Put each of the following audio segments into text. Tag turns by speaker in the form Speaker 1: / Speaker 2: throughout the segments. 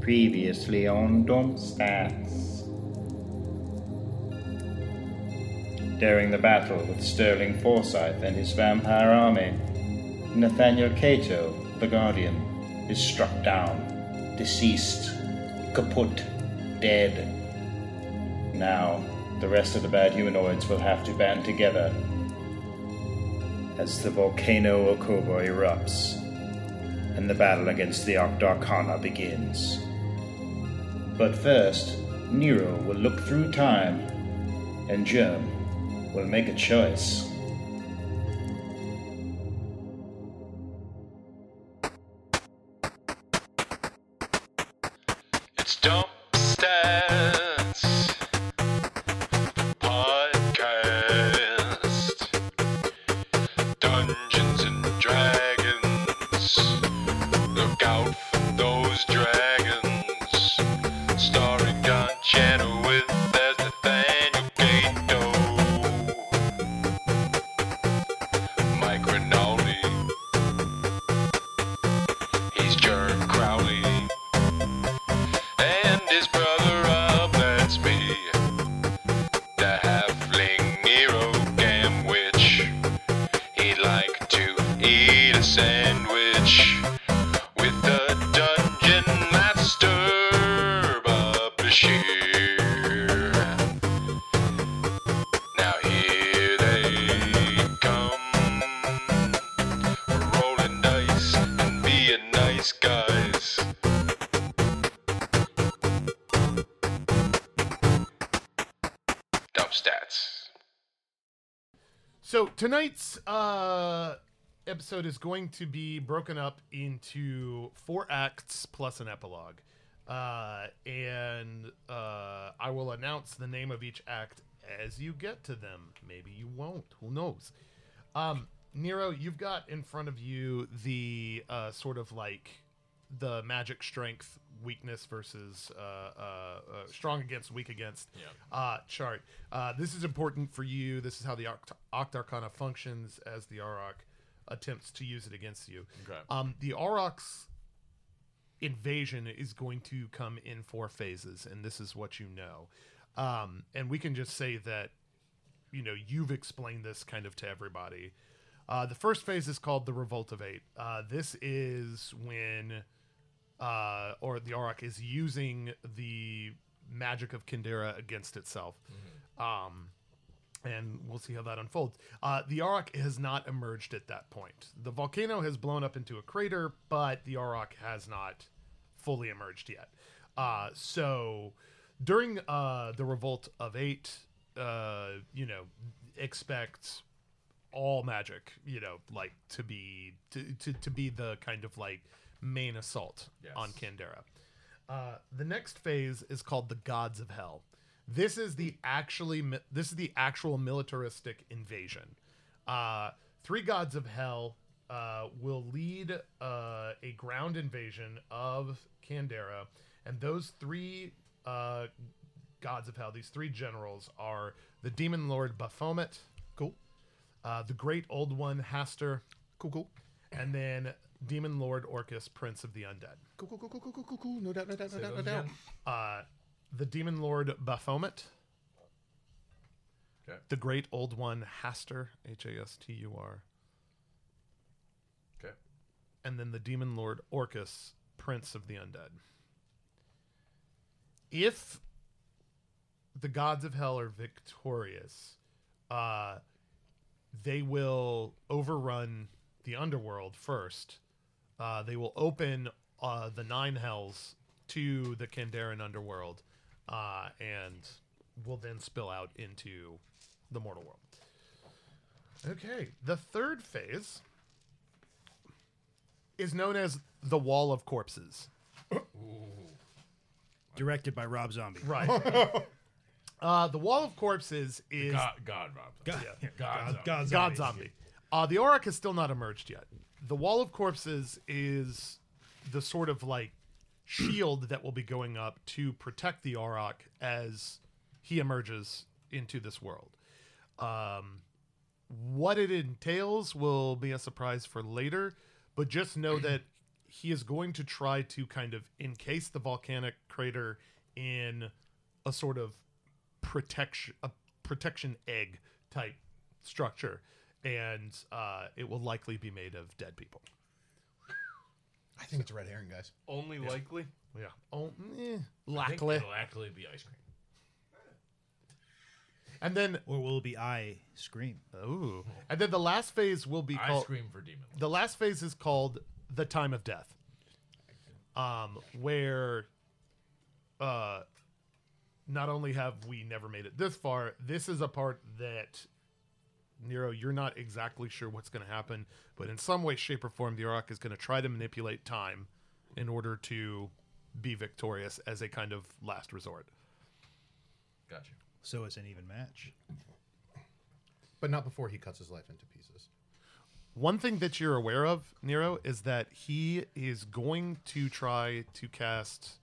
Speaker 1: Previously on Domstats. During the battle with Sterling Forsyth and his vampire army, Nathaniel Cato, the Guardian, is struck down, deceased, kaput, dead. Now, the rest of the bad humanoids will have to band together as the volcano Okobo erupts and the battle against the Arctarchana begins. But first, Nero will look through time, and Germ will make a choice.
Speaker 2: It's Dump Stats Podcast Dungeons and Dragons. Look out for those dragons. Starring John Chenoweth as Nathaniel Gato. Mike Rinaldi. He's Jerm Crowley and his brother Rob, that's me. The halfling Nero Gamwich. He'd like to eat a sandwich with the dungeon master, Bob Bashir. Now here they come. We're rolling dice and being nice guys. Dump stats.
Speaker 3: So tonight's uh, episode is going to be broken up into four acts plus an epilogue, uh, and uh, I will announce the name of each act as you get to them. Maybe you won't. Who knows? Um, Nero, you've got in front of you the uh, sort of like the magic strength weakness versus uh, uh, uh, strong against weak against uh, chart. Uh, this is important for you. This is how the Oct- Octarchana functions as the Auroch attempts to use it against you.
Speaker 4: Okay.
Speaker 3: Um, the Auroch's invasion is going to come in four phases, and this is what you know. Um, and we can just say that you know you've explained this kind of to everybody. Uh, the first phase is called the Revolt of Eight. Uh, this is when, uh, or the Auroch is using the magic of Kindera against itself. Um, and we'll see how that unfolds. Uh, the Auroch has not emerged at that point. The volcano has blown up into a crater, but the Auroch has not fully emerged yet. Uh, so during uh, the revolt of eight, uh, you know, expect all magic, you know, like to be to, to, to be the kind of like main assault on Kandera. Uh, the next phase is called the Gods of Hell. This is the actually mi- this is the actual militaristic invasion. Uh, three Gods of Hell uh, will lead uh, a ground invasion of Kandera, and those three uh, Gods of Hell, these three generals, are the Demon Lord Baphomet. Cool. Uh, the Great Old One, Haster. Cool, cool. And then Demon Lord Orcus, Prince of the Undead.
Speaker 5: Cool, cool, cool, cool, cool, cool, cool, cool. No doubt, no doubt, no doubt, no doubt.
Speaker 3: Uh, the Demon Lord Baphomet.
Speaker 4: Okay.
Speaker 3: The Great Old One, Hastur, H A S T U R.
Speaker 4: Okay.
Speaker 3: And then the Demon Lord Orcus, Prince of the Undead. If the gods of hell are victorious, uh, they will overrun the underworld first. Uh, they will open uh, the nine hells to the Kandaran underworld, uh, and will then spill out into the mortal world. Okay, the third phase is known as the Wall of Corpses.
Speaker 6: directed by Rob Zombie.
Speaker 3: Right. uh, the Wall of Corpses is
Speaker 4: God, God, Rob.
Speaker 6: God,
Speaker 3: Yeah.
Speaker 6: God, God,
Speaker 3: God
Speaker 6: Zombie.
Speaker 3: zombie. Uh, the Auroch has still not emerged yet. The Wall of Corpses is the sort of like shield that will be going up to protect the Auroch as he emerges into this world. Um, what it entails will be a surprise for later, but just know that he is going to try to kind of encase the volcanic crater in a sort of protection a protection egg type structure and uh, it will likely be made of dead people
Speaker 4: I think it's a red herring, guys.
Speaker 7: Only likely.
Speaker 3: yeah oh eh,
Speaker 7: I think
Speaker 3: likely
Speaker 7: It'll actually be ice cream.
Speaker 3: and then
Speaker 6: Or will it be I scream?
Speaker 3: ooh and then the last phase will be
Speaker 7: Ice
Speaker 3: called
Speaker 7: cream for demon. lord.
Speaker 3: the last phase is called the time of death um where uh not only have we never made it this far this is a part that nero you're not exactly sure what's going to happen but in some way shape or form the ark is going to try to manipulate time in order to be victorious as a kind of last resort
Speaker 7: Gotcha.
Speaker 6: So it's an even match.
Speaker 4: But not before he cuts his life into pieces.
Speaker 3: One thing that you're aware of, Nero, is that he is going to try to cast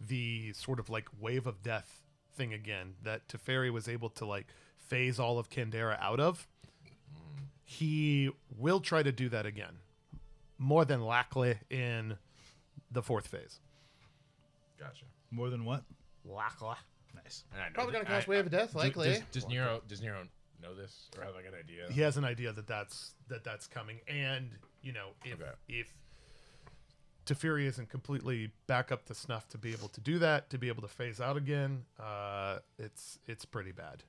Speaker 3: the sort of like wave of death thing again that Teferi was able to like phase all of Kandera out of. He will try to do that again, more than likely in the fourth phase.
Speaker 7: Gotcha.
Speaker 6: More than what?
Speaker 3: Likely.
Speaker 6: Nice.
Speaker 7: And I know
Speaker 4: Probably
Speaker 7: that-
Speaker 4: gonna cast
Speaker 7: I-
Speaker 4: Wave
Speaker 7: I-
Speaker 4: of Death,
Speaker 7: do-
Speaker 4: likely.
Speaker 7: Does, does Nero does Nero know this or have like an idea?
Speaker 3: he has an idea that that's that that's coming and you know if
Speaker 7: Okay.
Speaker 3: if Teferi isn't completely back up to snuff to be able to do that to be able to phase out again uh it's it's pretty bad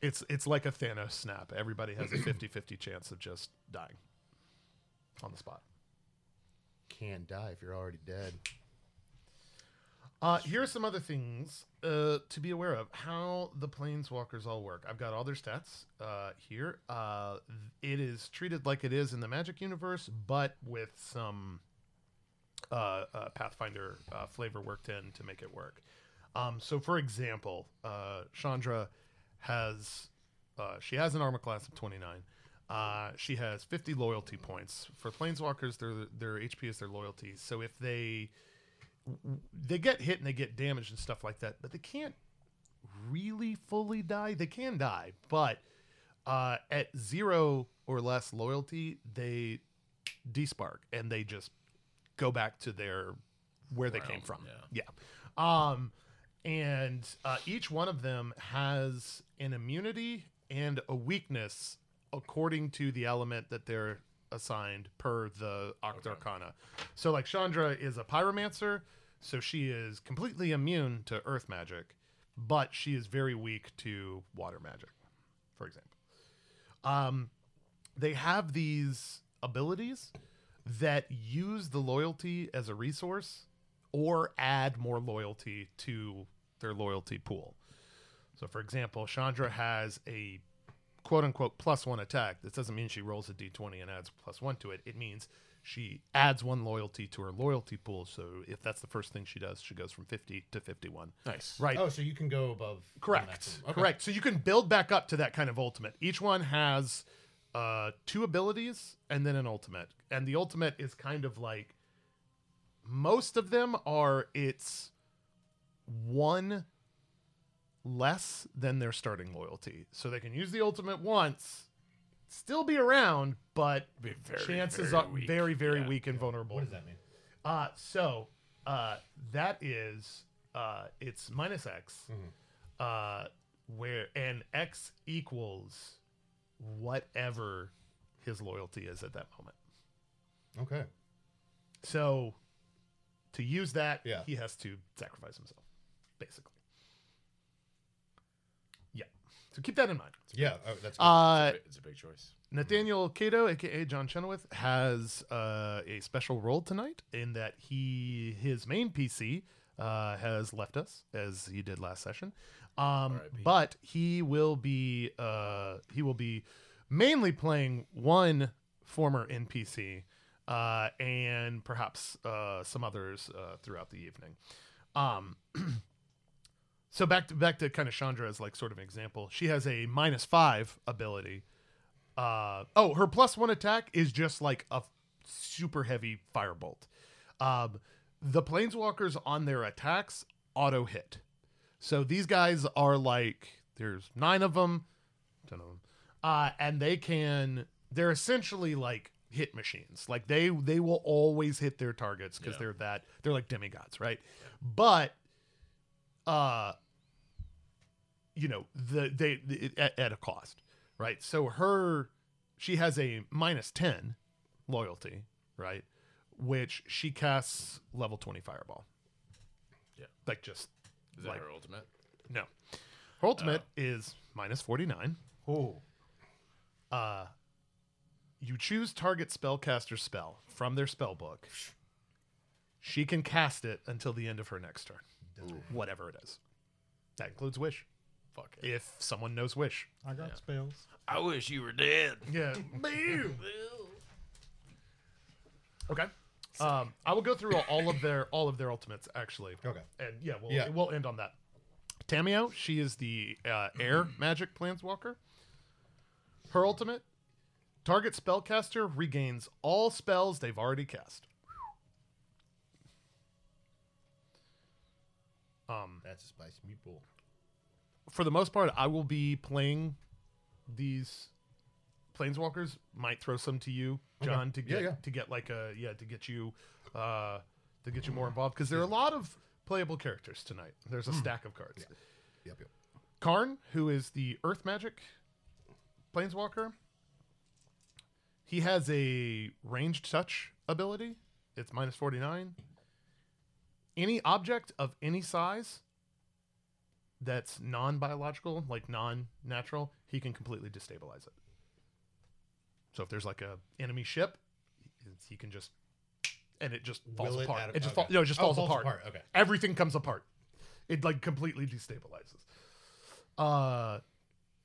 Speaker 3: it's it's like a Thanos snap everybody has a 50-50 chance of just dying on the spot
Speaker 4: Can die if you're already dead.
Speaker 3: Uh, here are some other things uh, to be aware of how the planeswalkers all work. I've got all their stats uh, here. Uh, th- it is treated like it is in the Magic universe, but with some uh, uh, Pathfinder uh, flavor worked in to make it work. Um, so, for example, uh, Chandra has uh, she has an armor class of 29. Uh, she has 50 loyalty points for planeswalkers. Their their HP is their loyalty. So if they they get hit and they get damaged and stuff like that, but they can't really fully die. They can die, but uh, at zero or less loyalty, they despark and they just go back to their where they came from. Yeah. Um, and uh, each one of them has an immunity and a weakness according to the element that they're assigned per the Oct Arcana. So, like Chandra is a pyromancer, so she is completely immune to earth magic, but she is very weak to water magic, for example um, they have these abilities that use the loyalty as a resource or add more loyalty to their loyalty pool. So, for example, Chandra has a quote unquote plus one attack. This doesn't mean she rolls a d20 and adds plus one to it. It means she adds one loyalty to her loyalty pool. So, if that's the first thing she does, she goes from 50 to 51.
Speaker 7: Nice.
Speaker 3: Right.
Speaker 4: Oh, so you can go above. the
Speaker 3: Correct.
Speaker 4: maximum. Okay.
Speaker 3: Correct. So you can build back up to that kind of ultimate. Each one has uh, two abilities and then an ultimate. And the ultimate is kind of like most of them are it's one less than their starting loyalty. So they can use the ultimate once, still be around, but
Speaker 7: Be very,
Speaker 3: chances
Speaker 7: very
Speaker 3: are
Speaker 7: weak.
Speaker 3: very, very
Speaker 7: Yeah.
Speaker 3: weak and vulnerable.
Speaker 4: What does that mean?
Speaker 3: Uh, so uh, that is uh, it's minus x, uh, where and x equals whatever his loyalty is at that moment.
Speaker 4: Okay.
Speaker 3: So to use that,
Speaker 4: Yeah.
Speaker 3: he has to sacrifice himself, basically. Yeah. So keep that in mind.
Speaker 4: Yeah, oh, that's good.
Speaker 3: Uh,
Speaker 7: It's a big choice.
Speaker 3: Nathaniel Cato, aka John Chenoweth, has uh, a special role tonight in that he his main PC uh, has left us as he did last session, um, but he will be uh, he will be mainly playing one former NPC uh, and perhaps uh, some others uh, throughout the evening. Um, so back to back to kind of Chandra as like sort of an example. She has a minus five ability. Uh, oh, her plus one attack is just like a f- super heavy firebolt. Um, the planeswalkers on their attacks auto hit. So these guys are like there's nine of them, ten of them, uh, and they can. They're essentially like hit machines. Like they they will always hit their targets because
Speaker 7: Yeah.
Speaker 3: they're that they're like demigods, right? But uh you know, the they it, at, at a cost, right? So her she has a minus 10 loyalty, right? Which she casts level 20 fireball.
Speaker 7: Yeah.
Speaker 3: Like just
Speaker 7: Is that
Speaker 3: Like-
Speaker 7: her ultimate?
Speaker 3: no. Uh, Her ultimate is minus 49.
Speaker 6: Oh,
Speaker 3: Uh, you choose target spellcaster spell from their spell book. She can cast it until the end of her next turn. Whatever it is. That includes wish. Fuck. If someone knows wish.
Speaker 6: I got spells.
Speaker 8: I wish you were dead.
Speaker 3: Yeah. okay. Um, I will go through all of their all of their ultimates actually.
Speaker 4: Okay.
Speaker 3: And yeah, we'll
Speaker 4: Yeah.
Speaker 3: we'll end on that. Tamio, she is the uh, air magic planeswalker. Her ultimate target spellcaster regains all spells they've already cast. Um,
Speaker 4: That's a spicy meatball.
Speaker 3: for the most part, I will be playing these planeswalkers. Might throw some to you, John, to
Speaker 4: Yeah,
Speaker 3: get
Speaker 4: yeah.
Speaker 3: to get like a yeah to get you uh, to get you more involved because there are a lot of playable characters tonight. There's a stack of cards.
Speaker 4: Hmm. Yep, yep.
Speaker 3: Karn, who is the Earth Magic Planeswalker, he has a ranged touch ability. It's minus 49. Any object of any size that's non biological, like non natural, he can completely destabilize it. So if there's like a enemy ship, he can just and it just falls
Speaker 4: Will it
Speaker 3: apart.
Speaker 4: out
Speaker 3: It,
Speaker 4: of-
Speaker 3: just fall,
Speaker 4: okay.
Speaker 3: no, it just
Speaker 4: Oh,
Speaker 3: falls,
Speaker 4: falls
Speaker 3: apart.
Speaker 4: apart, okay.
Speaker 3: Everything comes apart. It like completely destabilizes. Uh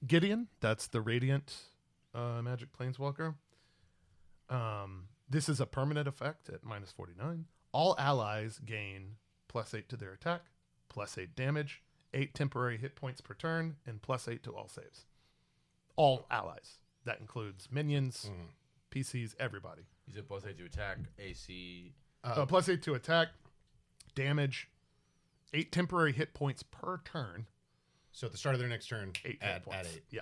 Speaker 3: Gideon, that's the radiant uh magic planeswalker. Um this is a permanent effect at minus 49. All allies gain plus 8 to their attack, plus 8 damage, 8 temporary hit points per turn and plus 8 to all saves. All allies. That includes minions,
Speaker 4: Mm.
Speaker 3: PCs, everybody.
Speaker 7: He's at plus eight to attack, AC.
Speaker 3: Uh, plus eight to attack, damage, eight temporary hit points per turn.
Speaker 4: So at the start of their next turn,
Speaker 3: Eight hit
Speaker 4: add,
Speaker 3: points.
Speaker 4: add eight.
Speaker 3: Yeah.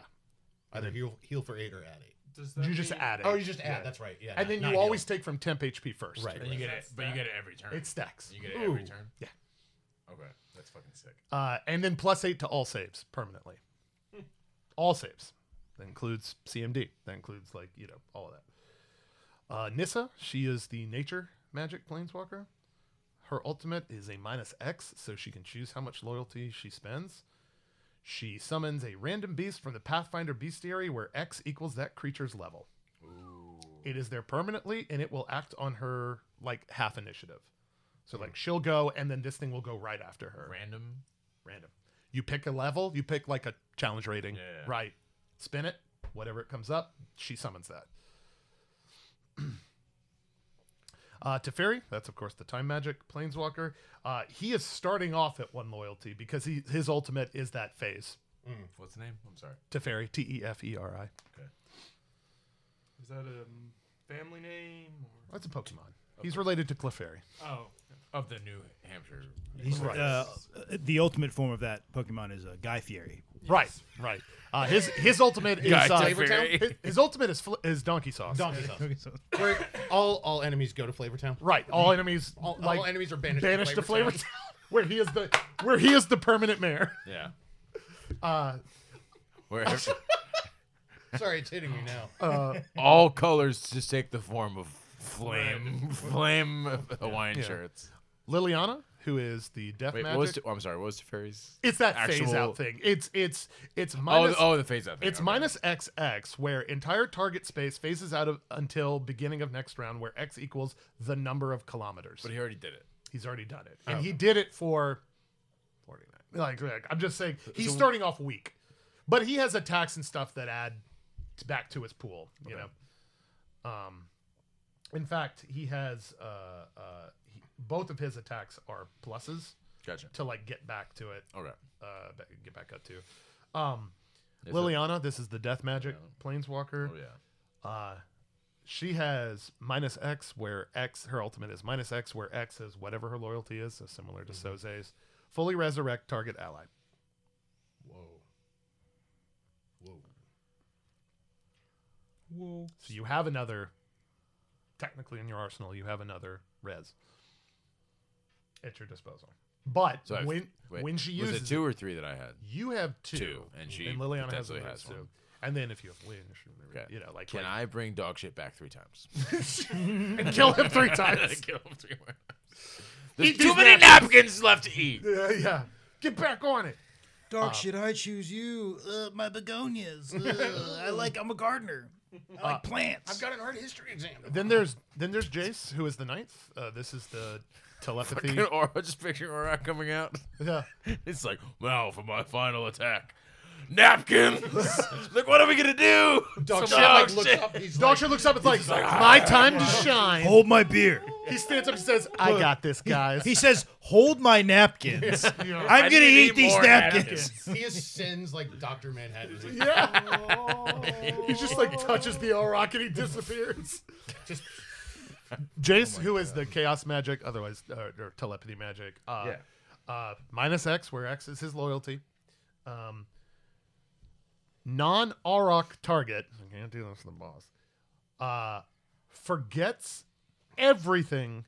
Speaker 4: Either heal, heal for eight or add eight.
Speaker 7: Does
Speaker 3: you just add it.
Speaker 4: Oh, you just add. That's right. Yeah.
Speaker 3: and
Speaker 4: not-
Speaker 3: then
Speaker 4: not
Speaker 3: you
Speaker 4: heal.
Speaker 3: always take from temp HP first.
Speaker 4: Right.
Speaker 7: And you get it, but you get it every turn.
Speaker 3: It stacks.
Speaker 7: you get it every
Speaker 4: Ooh.
Speaker 7: turn.
Speaker 3: Yeah.
Speaker 7: Okay, that's fucking sick.
Speaker 3: Uh, and then plus eight to all saves permanently. all saves. That includes CMD. That includes like you know all of that. Uh, Nissa, she is the nature magic planeswalker. Her ultimate is a minus X, so she can choose how much loyalty she spends. She summons a random beast from the Pathfinder bestiary where X equals that creature's level. It is there permanently, and it will act on her like half initiative. So like she'll go, and then this thing will go right after her
Speaker 7: Random.
Speaker 3: random. You pick a level, you pick like a challenge rating,
Speaker 7: Yeah.
Speaker 3: right? Spin it, whatever it comes up, she summons that. uh, Teferi, that's of course the time magic planeswalker. Uh, he is starting off at one loyalty because he, his ultimate is that phase.
Speaker 7: What's the name? I'm sorry.
Speaker 3: Teferi, T E F E R I.
Speaker 9: Is that
Speaker 7: um,
Speaker 9: a family name? Or...
Speaker 3: That's a Pokemon. He's related to Clefairy.
Speaker 9: Oh,
Speaker 7: Of the New Hampshire.
Speaker 6: He's right. Uh, the ultimate form of that Pokemon is uh, Guy Fieri.
Speaker 3: Right, right. Uh, his his ultimate is uh,
Speaker 8: Teferi.
Speaker 3: his, his ultimate is fl- is Donkey Sauce.
Speaker 4: Donkey Sauce.
Speaker 6: Okay, so
Speaker 4: Where all all enemies go to Flavortown.
Speaker 3: Right. All enemies
Speaker 4: All,
Speaker 3: like,
Speaker 4: all enemies are banished.
Speaker 3: banished to
Speaker 4: to Flavortown.
Speaker 3: Flavortown, where he is the where he is the permanent mayor.
Speaker 7: Yeah.
Speaker 3: Uh,
Speaker 8: Wherever
Speaker 4: Sorry, it's hitting me now.
Speaker 8: all colors just take the form of flame, flame Hawaiian shirts.
Speaker 3: Liliana, who is the death
Speaker 8: Wait, what
Speaker 3: magic,
Speaker 8: was? T- oh, I'm sorry. What was the fairies?
Speaker 3: it's that phase
Speaker 8: actual-
Speaker 3: out thing. It's it's it's
Speaker 8: Oh,
Speaker 3: minus
Speaker 8: the, oh, the phase out. Thing.
Speaker 3: it's
Speaker 8: okay.
Speaker 3: minus XX, where entire target space phases out of until beginning of next round, where X equals the number of kilometers.
Speaker 7: But he already did it.
Speaker 3: He's already done it,
Speaker 7: Oh.
Speaker 3: and he did it for forty nine. Like, like, I'm just saying, he's
Speaker 8: So-
Speaker 3: starting off weak, but he has attacks and stuff that add t- back to his pool. You know, um, in fact, he has uh, uh, he, both of his attacks are pluses
Speaker 7: Gotcha.
Speaker 3: to like get back to it,
Speaker 7: Okay.
Speaker 3: uh, ba- get back up to. Um,
Speaker 7: Oh. Is it-
Speaker 3: Liliana, this is the death magic planeswalker.
Speaker 7: Oh yeah.
Speaker 3: Uh, she has minus X where X her ultimate is minus X where X is whatever her loyalty is, so similar to
Speaker 8: Mm-hmm.
Speaker 3: Soze's. Fully resurrect target ally.
Speaker 4: Whoa. Whoa.
Speaker 3: So you have another technically in your arsenal, you have another res at your disposal. But
Speaker 8: So I've-
Speaker 3: when
Speaker 8: wait,
Speaker 3: when she
Speaker 8: was
Speaker 3: uses
Speaker 8: it two or three that I had?
Speaker 3: you have two,
Speaker 8: Two, and she
Speaker 3: and Liliana has,
Speaker 8: potentially
Speaker 3: another
Speaker 8: has
Speaker 3: two.
Speaker 8: one.
Speaker 3: And then if you have Lynch,
Speaker 8: Okay.
Speaker 3: you know, like
Speaker 8: Can
Speaker 3: like,
Speaker 8: I bring dog shit back three times?
Speaker 3: and kill him three times?
Speaker 8: Kill him three more.
Speaker 3: Eat
Speaker 8: There's
Speaker 3: these
Speaker 8: too many napkins left to eat.
Speaker 3: yeah, yeah, get back on it.
Speaker 6: Dark shit, I choose you. Uh, my begonias. Uh, I like. I'm a gardener. I like plants.
Speaker 5: Got an art history exam.
Speaker 3: Then there's then there's Jace, who is the ninth. Uh, this is the telepathy.
Speaker 8: Can Aura just picture Aura coming out?
Speaker 3: yeah.
Speaker 8: It's like, now for my final attack. Napkins! like, what are we gonna do? Dog shit.
Speaker 3: like,
Speaker 8: looks up. He's
Speaker 3: Doctor looks up. It's like, "Ah." my time to shine.
Speaker 6: Hold my beer.
Speaker 3: He stands up and says, "I got this, guys."
Speaker 6: He says, "Hold my napkins. I'm gonna
Speaker 8: need
Speaker 6: eat these
Speaker 8: more
Speaker 6: napkins."
Speaker 4: He ascends like Doctor Manhattan. He's like, "Oh."
Speaker 3: he just like touches the L rock and he disappears. Jace, who is the chaos magic, otherwise uh, or telepathy magic, uh, uh, minus X, where X is his loyalty. Um, non Auroch target. I can't do this to the boss. Uh, forgets everything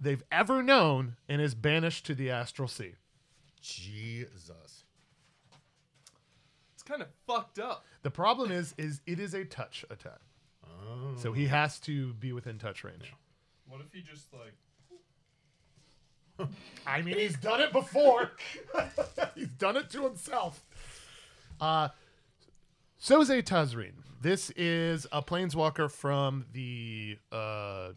Speaker 3: they've ever known and is banished to the astral sea.
Speaker 4: Jesus.
Speaker 9: It's kind of fucked up.
Speaker 3: The problem is, is it is a touch attack. So he has to be within touch range.
Speaker 9: Oh. What if he just like
Speaker 3: I mean, he's done it before. he's done it to himself. Uh, Soze Tazreen. This is a planeswalker from the uh,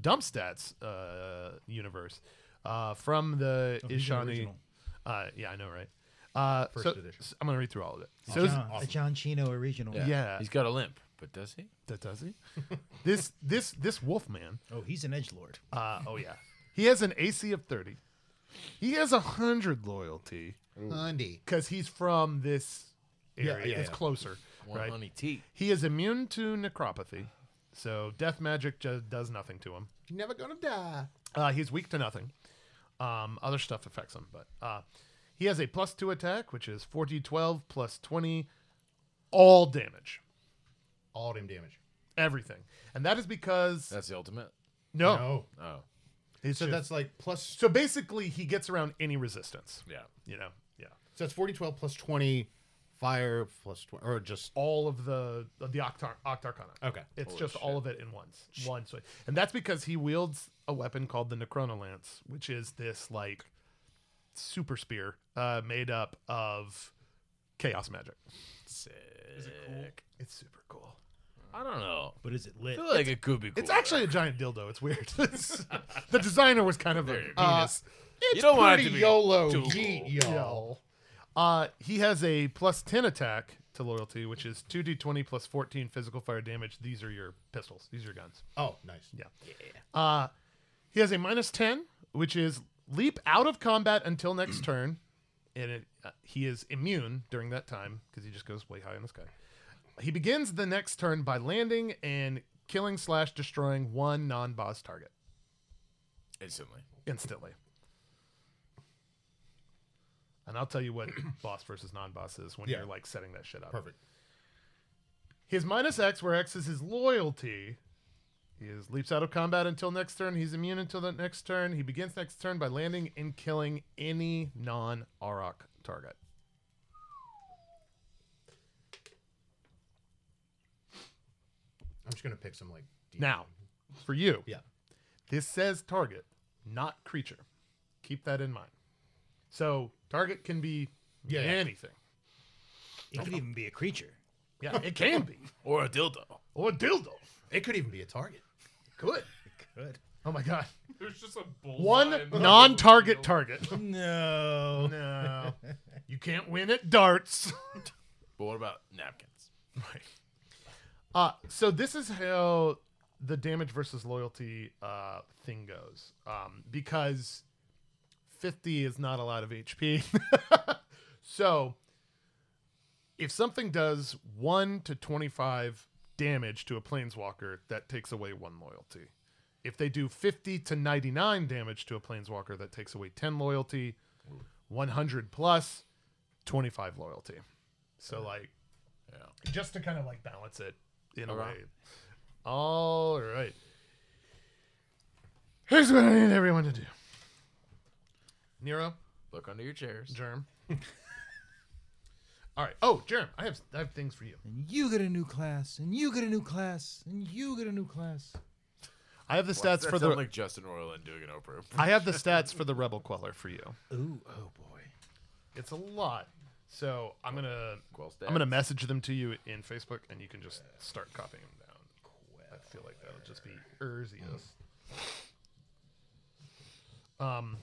Speaker 3: Dumpstats uh, universe, uh, from the
Speaker 6: Oh, he's an
Speaker 3: Ishani.
Speaker 6: original.
Speaker 3: Uh, yeah, I know, right? Uh,
Speaker 4: First
Speaker 3: so-
Speaker 4: edition.
Speaker 3: so I'm gonna read through all of it.
Speaker 9: Oh,
Speaker 3: So
Speaker 10: John, the John Chino original.
Speaker 3: yeah,
Speaker 8: He's got a limp, but does he?
Speaker 3: that does he. this this this wolf man.
Speaker 6: Oh, he's an edge lord.
Speaker 3: Uh, oh yeah, he has an AC of thirty. He has a hundred loyalty.
Speaker 4: Hundy.
Speaker 3: because he's from this area.
Speaker 4: yeah,
Speaker 3: it's
Speaker 4: yeah.
Speaker 3: closer,
Speaker 8: One
Speaker 3: right?
Speaker 8: honey tea.
Speaker 3: He is immune to necropathy, so death magic just does nothing to him.
Speaker 4: Never gonna die.
Speaker 3: Uh, he's weak to nothing. Um, other stuff affects him, but uh, he has a plus two attack, which is 4d12 plus 20, all damage,
Speaker 4: All damn damage.
Speaker 3: everything, and that is because
Speaker 8: That's the ultimate.
Speaker 3: no,
Speaker 4: No.
Speaker 8: Oh,
Speaker 3: it's
Speaker 4: So
Speaker 3: just-
Speaker 4: that's like plus.
Speaker 3: so basically he gets around any resistance.
Speaker 8: yeah.
Speaker 3: You know, yeah,
Speaker 4: So that's 40, 12 plus 20, fire plus 20, or just.
Speaker 3: all of the of the octar octarcana.
Speaker 4: Okay.
Speaker 3: It's just all of it in once. One swing. And that's because he wields a weapon called the Necronolance, which is this like super spear uh, made up of chaos magic. It's super cool.
Speaker 8: I don't know.
Speaker 6: But is it
Speaker 8: I
Speaker 6: lit?
Speaker 8: feel like it could be cool.
Speaker 3: It's actually a giant dildo. It's weird. It's- the designer was kind of a penis.
Speaker 8: you don't want it to
Speaker 4: Pretty
Speaker 8: be
Speaker 4: YOLO.
Speaker 8: too
Speaker 4: yeet,
Speaker 8: cool.
Speaker 4: y'all.
Speaker 3: Uh, he has a plus 10 attack to loyalty, which is 2d20 plus 14 physical fire damage. These are your pistols, these are your guns.
Speaker 4: Oh, nice.
Speaker 3: Yeah. Uh, he has a minus 10, which is leap out of combat until next turn. And it, uh, he is immune during that time because he just goes way high in the sky. He begins the next turn by landing and killing slash destroying one non boss target
Speaker 8: instantly.
Speaker 3: instantly. And I'll tell you what boss versus non boss is when
Speaker 4: Yeah.
Speaker 3: you're like setting that shit up.
Speaker 4: Perfect.
Speaker 3: His minus X, where X is his loyalty, is leaps out of combat until next turn. He's immune until the next turn. He begins next turn by landing and killing any non Auroch target.
Speaker 4: I'm just gonna pick some like. deep-
Speaker 3: Now, for you,
Speaker 4: Yeah.
Speaker 3: this says target, not creature. Keep that in mind. So, target can be
Speaker 4: Yeah, yeah.
Speaker 3: anything.
Speaker 6: It could even be a creature.
Speaker 3: Yeah, it can be.
Speaker 8: Or a dildo.
Speaker 3: Or a dildo.
Speaker 4: It could even be a target.
Speaker 3: Good.
Speaker 6: Good.
Speaker 3: Oh my God.
Speaker 9: there's just a bull
Speaker 3: One non target target.
Speaker 6: No.
Speaker 3: No. You can't win at darts.
Speaker 8: But what about napkins?
Speaker 3: Uh, so this is how the damage versus loyalty uh, thing goes, um, because fifty is not a lot of HP. so if something does one to twenty-five damage to a planeswalker, that takes away one loyalty. If they do fifty to ninety-nine damage to a planeswalker, that takes away ten loyalty. One hundred plus twenty-five loyalty. So like just to kind of like balance it in a way. All right. Here's what I need everyone to do. Nero,
Speaker 7: Look under your chairs.
Speaker 3: Germ. All right. Oh, Germ, I have I have things for you.
Speaker 6: And you get a new class, and you get a new class, and you get a new class.
Speaker 3: I have the
Speaker 7: Why does
Speaker 3: stats
Speaker 7: that
Speaker 3: for
Speaker 7: sound
Speaker 3: the
Speaker 7: like Justin Roiland doing an Oprah. impression?
Speaker 3: I have the stats for the Rebel Queller for you.
Speaker 6: Ooh, oh boy.
Speaker 3: It's a lot. So I'm gonna
Speaker 7: Quell
Speaker 3: I'm gonna
Speaker 7: stats.
Speaker 3: message them to you in Facebook, and you can just start copying them down. I feel like that'll just be easiest. Um,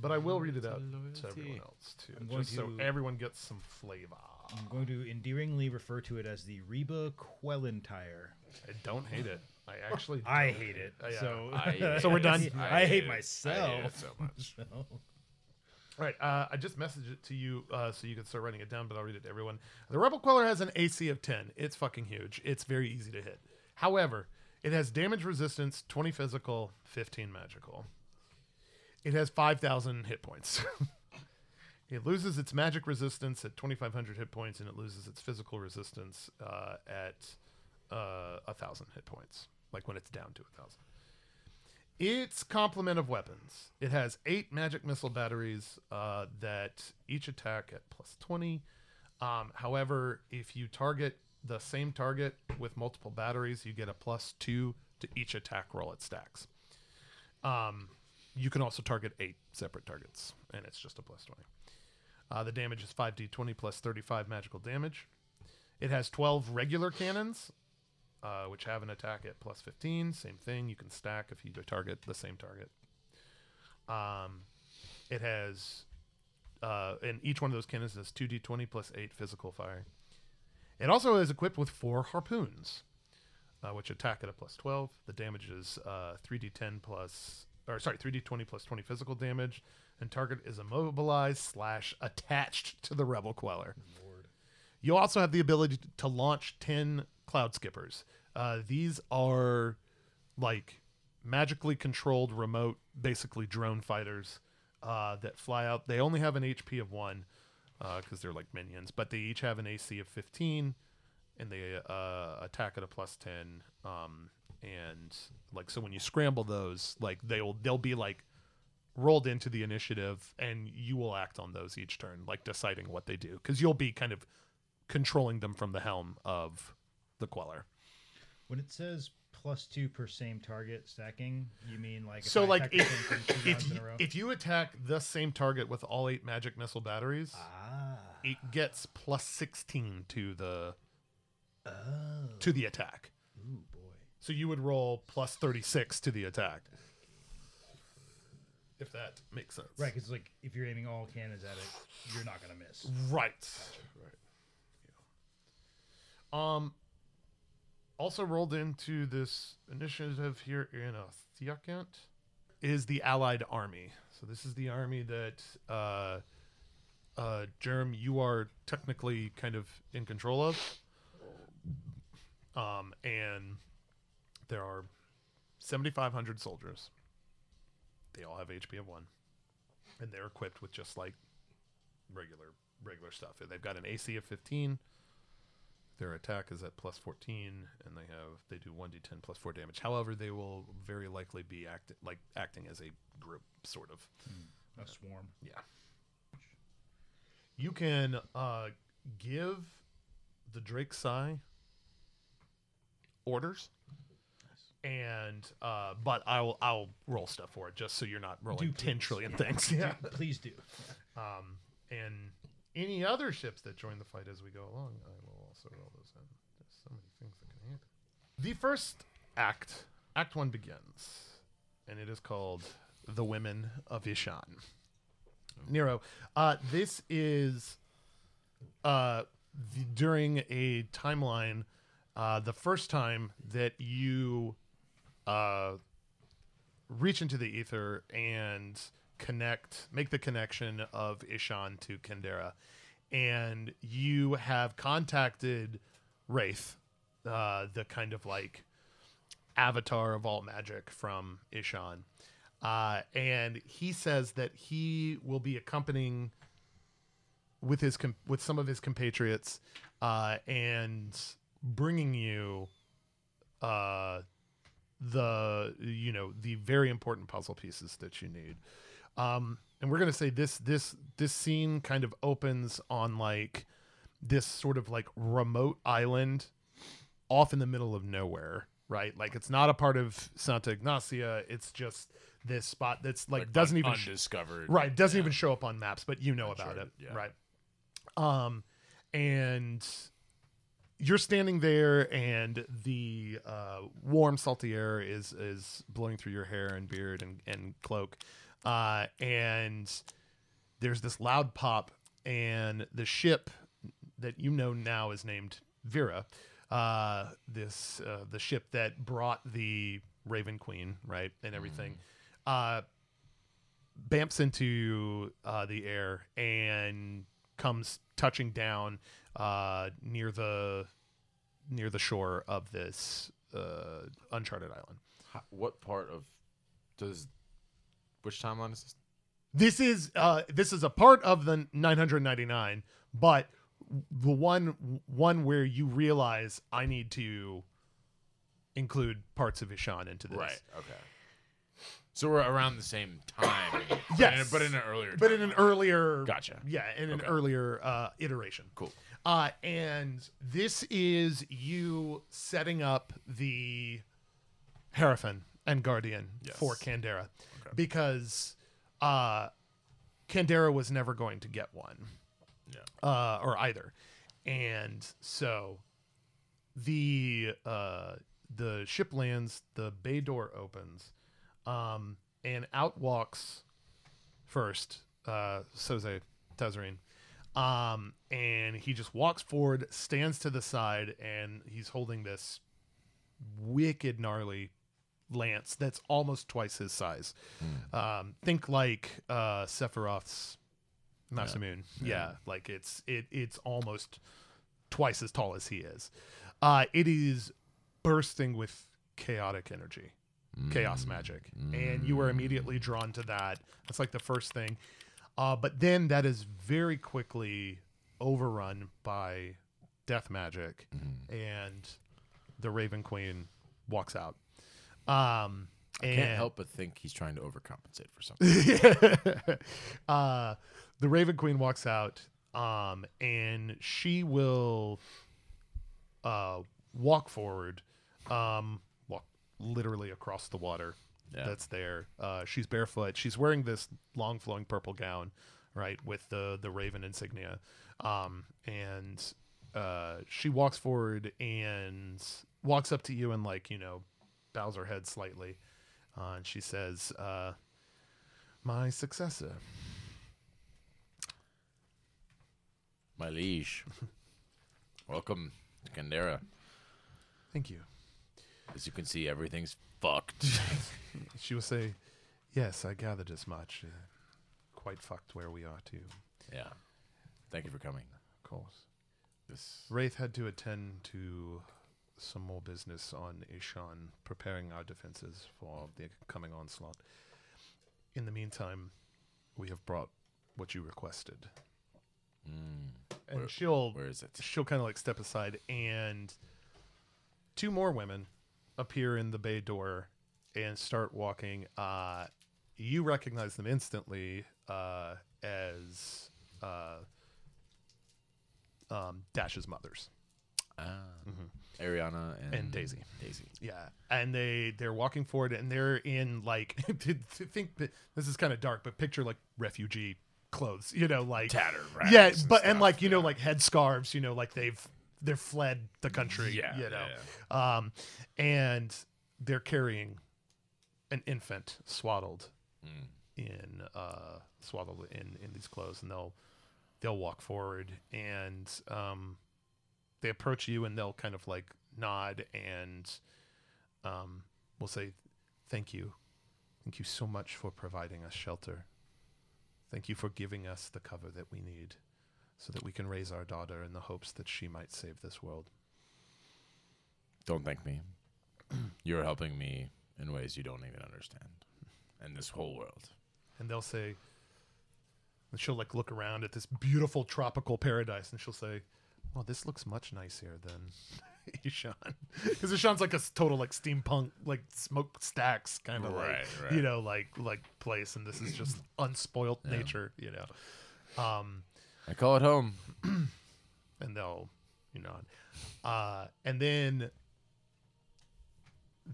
Speaker 3: but I will read it out to everyone else too,
Speaker 10: I'm going
Speaker 3: just so
Speaker 10: to-
Speaker 3: everyone gets some flavor.
Speaker 10: I'm going to endearingly refer to it as the Reba Quellentire.
Speaker 3: I don't hate it. I actually
Speaker 10: I hate it.
Speaker 3: Yeah.
Speaker 10: So,
Speaker 7: I
Speaker 3: So we're
Speaker 7: hate
Speaker 3: done?
Speaker 7: it.
Speaker 10: I hate
Speaker 7: it.
Speaker 10: myself.
Speaker 7: I hate it so much.
Speaker 3: All right, uh, I just messaged it to you uh, so you can start writing it down, but I'll read it to everyone. The Rebel Queller has an AC of 10. It's fucking huge. It's very easy to hit. However, it has damage resistance 20 physical, 15 magical. It has 5,000 hit points. it loses its magic resistance at 2,500 hit points, and it loses its physical resistance uh, at uh, 1,000 hit points, like when it's down to 1,000. Its complement of weapons. It has eight magic missile batteries uh, that each attack at plus 20. Um, however, if you target the same target with multiple batteries, you get a plus two to each attack roll it stacks. Um, you can also target eight separate targets, and it's just a plus 20. Uh, the damage is 5d20 plus 35 magical damage. It has 12 regular cannons, uh, which have an attack at plus 15. Same thing. You can stack if you target the same target. Um, it has, uh, and each one of those cannons has 2d20 plus 8 physical fire. It also is equipped with four harpoons, uh, which attack at a plus 12. The damage is uh, 3d10 plus, or sorry, 3d20 plus 20 physical damage. And target is immobilized slash attached to the Rebel Queller. You also have the ability to launch 10 cloud skippers. Uh, these are like magically controlled remote, basically drone fighters uh, that fly out. They only have an HP of one because they're like minions, but they each have an AC of 15 and they uh, attack at a plus 10. Um, and like, so when you scramble those, like they'll, they'll be like rolled into the initiative and you will act on those each turn, like deciding what they do because you'll be kind of controlling them from the helm of the queller.
Speaker 10: when it says plus two per same target stacking, you mean like if
Speaker 3: so
Speaker 10: I
Speaker 3: like
Speaker 10: attack the
Speaker 3: if,
Speaker 10: same thing two
Speaker 3: if,
Speaker 10: times in
Speaker 3: you,
Speaker 10: a row?
Speaker 3: if you attack the same target with all eight magic missile batteries
Speaker 10: ah,
Speaker 3: it gets plus 16 to the to the attack
Speaker 10: ooh boy,
Speaker 3: so you would roll plus 36 to the attack if that makes sense
Speaker 10: right? Because like if you're aiming all cannons at it, you're not gonna miss.
Speaker 3: Right. Right. Yeah. Um. Also rolled into this initiative here in a second is the Allied Army. So this is the army that, uh, uh, Germ, you are technically kind of in control of. Um, and there are 7,500 soldiers. They all have HP of one, and they're equipped with just like regular regular stuff. They've got an AC of 15. Their attack is at plus 14, and they have they do 1d10 plus 4 damage. However, they will very likely be act like acting as a group, sort of.
Speaker 10: A swarm.
Speaker 3: Yeah. You can uh, give the Drake Psy orders, and uh, but I'll I'll roll stuff for it just so you're not rolling
Speaker 10: Do
Speaker 3: ten
Speaker 10: please.
Speaker 3: trillion things. Yeah.
Speaker 10: Please do.
Speaker 3: Um, and any other ships that join the fight as we go along, I will also roll those in. There's so many things that can happen. The first act, Act One begins, and it is called "The Women of Ishan." Nero, uh, this is uh, the, during a timeline, uh, the first time that you uh, reach into the ether and connect, make the connection of Ishan to Kendera. And you have contacted Wraith, uh, the kind of like avatar of all magic from Ishan. Uh, and he says that he will be accompanying with his com- with some of his compatriots uh, and bringing you uh, the you know the very important puzzle pieces that you need. Um, and we're gonna say this this this scene kind of opens on like this sort of like remote island off in the middle of nowhere, right? Like it's not a part of Santa Ignacia. It's just this spot that's like,
Speaker 7: Like,
Speaker 3: doesn't
Speaker 7: un-
Speaker 3: even
Speaker 7: undiscovered.
Speaker 3: right doesn't even show up on maps, but you know about it,
Speaker 7: Uncharted, yeah.
Speaker 3: right? Um, and you're standing there, and the uh, warm, salty air is is blowing through your hair and beard and and cloak, uh, and there's this loud pop, and the ship that you know now is named Vera. Uh, this uh, the ship that brought the Raven Queen, right, and everything. Uh, bamps into uh, the air and comes touching down uh, near the near the shore of this uh, uncharted island.
Speaker 7: Ho- What part of does which timeline is this?
Speaker 3: This is uh, this is a part of the 999, but the one one where you realize I need to include parts of Ishan into this.
Speaker 7: Right. Okay. So we're around the same time. but in a-
Speaker 3: Yes.
Speaker 7: But in an earlier.
Speaker 3: but in an earlier
Speaker 7: Gotcha.
Speaker 3: yeah in an
Speaker 7: Okay.
Speaker 3: earlier uh iteration
Speaker 7: Cool.
Speaker 3: uh and this is you setting up the Harafin and Guardian
Speaker 7: Yes.
Speaker 3: for Candera because uh Candera was never going to get one yeah. uh or either and so the uh the ship lands the bay door opens um and out walks first, uh, Soze Tezerine. Um, and he just walks forward, stands to the side, and he's holding this wicked, gnarly lance that's almost twice his size. Um, think like uh, Sephiroth's Master Moon. Yeah. like it's it it's almost twice as tall as he is. Uh, it is bursting with chaotic energy chaos magic and you were immediately drawn to that that's like the first thing uh, but then that is very quickly overrun by death magic and the raven queen walks out um and
Speaker 7: Can't help but think he's trying to overcompensate for something.
Speaker 3: uh, the Raven Queen walks out, um, and she will uh, walk forward, um, walk literally across the water that's there. Uh, she's barefoot. She's wearing this long flowing purple gown, right, with the the Raven insignia, um, and uh, she walks forward and walks up to you and like you know bows her head slightly, uh, and she says. Uh, my successor.
Speaker 7: My liege. Welcome to Candera.
Speaker 3: Thank you.
Speaker 7: As you can see, everything's fucked.
Speaker 3: She will say, Yes, I gathered as much. Uh, quite fucked where we are, too, of
Speaker 7: yeah. Thank you for coming.
Speaker 3: course.
Speaker 7: This
Speaker 3: Wraith had to attend to some more business on Ishan, preparing our defenses for the coming onslaught. In the meantime, we have brought what you requested. And she'll
Speaker 7: Hmm. where is it?
Speaker 3: she'll kind of like step aside and two more women appear in the bay door and start walking uh you recognize them instantly uh as uh um dash's mothers
Speaker 7: Ah, Ariana and,
Speaker 3: Mm-hmm. And Daisy.
Speaker 7: Daisy.
Speaker 3: yeah and they they're walking forward and they're in like to, to think that this is kind of dark but picture like refugee clothes you know like
Speaker 7: Tattered
Speaker 3: yeah
Speaker 7: rags and
Speaker 3: but and
Speaker 7: stuff,
Speaker 3: like you know
Speaker 7: yeah.
Speaker 3: like headscarves you know like they've they've fled the country
Speaker 7: Yeah,
Speaker 3: you know
Speaker 7: yeah,
Speaker 3: um and they're carrying an infant swaddled
Speaker 7: Hmm.
Speaker 3: in uh swaddled in in these clothes and they'll they'll walk forward and um they approach you and they'll kind of like nod and um will say thank you thank you so much for providing us shelter thank you for giving us the cover that we need so that we can raise our daughter in the hopes that she might save this world
Speaker 7: Don't thank me. You're helping me in ways you don't even understand. And this whole world.
Speaker 3: and they'll say and she'll like look around at this beautiful tropical paradise and she'll say well this looks much nicer than Ishan, because Ishan's like a s- total like steampunk like smokestacks kind of
Speaker 8: Right,
Speaker 3: like
Speaker 8: right.
Speaker 3: you know like like place, and this is just unspoilt nature, you know. Um,
Speaker 7: I call it home.
Speaker 3: and they'll you know, uh, and then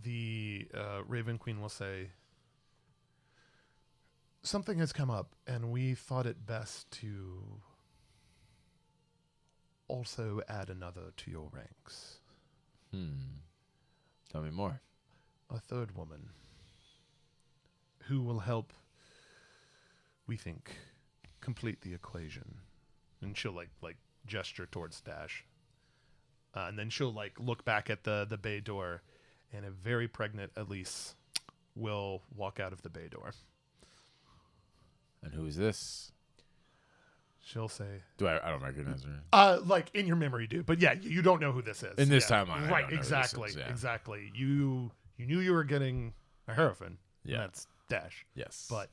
Speaker 3: the uh, Raven Queen will say, "Something has come up, and we thought it best to also add another to your ranks."
Speaker 7: Hmm. Tell me more.
Speaker 3: a third woman who will help we think complete the equation and she'll like like gesture towards dash uh, and then she'll like look back at the the bay door and a very pregnant elise will walk out of the bay door
Speaker 7: And who is this?
Speaker 3: she'll say
Speaker 7: Do I? I don't recognize her.
Speaker 3: uh like in your memory dude but yeah you don't know who this is
Speaker 7: In this
Speaker 3: Yeah.
Speaker 7: timeline,
Speaker 3: right
Speaker 7: I don't know who this
Speaker 3: exactly
Speaker 7: is, yeah.
Speaker 3: exactly you you knew you were getting a hierophant and
Speaker 7: Yeah.
Speaker 3: that's dash
Speaker 7: Yes.
Speaker 3: but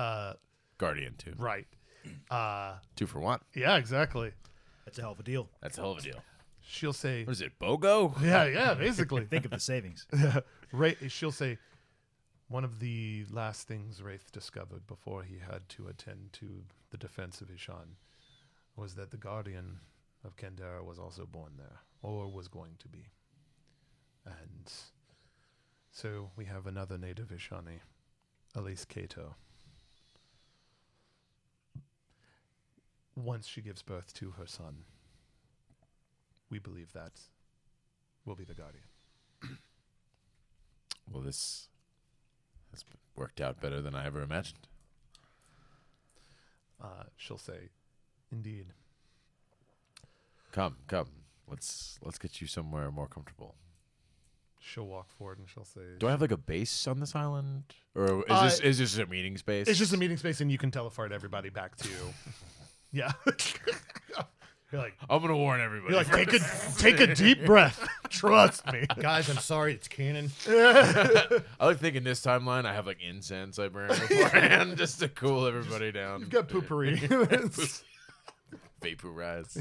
Speaker 3: uh
Speaker 7: Guardian too.
Speaker 3: right uh
Speaker 7: Two for one.
Speaker 3: Yeah, exactly.
Speaker 6: That's a hell of a deal.
Speaker 7: That's a hell of a deal.
Speaker 3: She'll say,
Speaker 7: What is it? Bogo?
Speaker 3: yeah, yeah, basically.
Speaker 6: Think of the savings.
Speaker 3: Ra- she'll say, one of the last things Wraith discovered before he had to attend to the defense of Ishan was that the guardian of Kandera was also born there, or was going to be. And so we have another native Ishani, Elise Cato. Once she gives birth to her son, we believe that will be the guardian.
Speaker 7: Well, this has worked out better than I ever imagined.
Speaker 3: Uh, she'll say, Indeed.
Speaker 7: Come, come. Let's let's get you somewhere more comfortable.
Speaker 3: She'll walk forward and she'll say,
Speaker 7: Do I have like a base on this island, or is
Speaker 3: Uh,
Speaker 7: this is this a meeting space?
Speaker 3: It's just a meeting space and you can teleport everybody back to. yeah. you're like,
Speaker 7: I'm gonna warn everybody.
Speaker 3: you're like take, a, take a deep breath. Trust me.
Speaker 4: Guys, I'm sorry, it's canon.
Speaker 7: I like thinking this timeline. I have like incense I burn beforehand just to cool everybody down.
Speaker 3: You've got poopery.
Speaker 7: vaporize.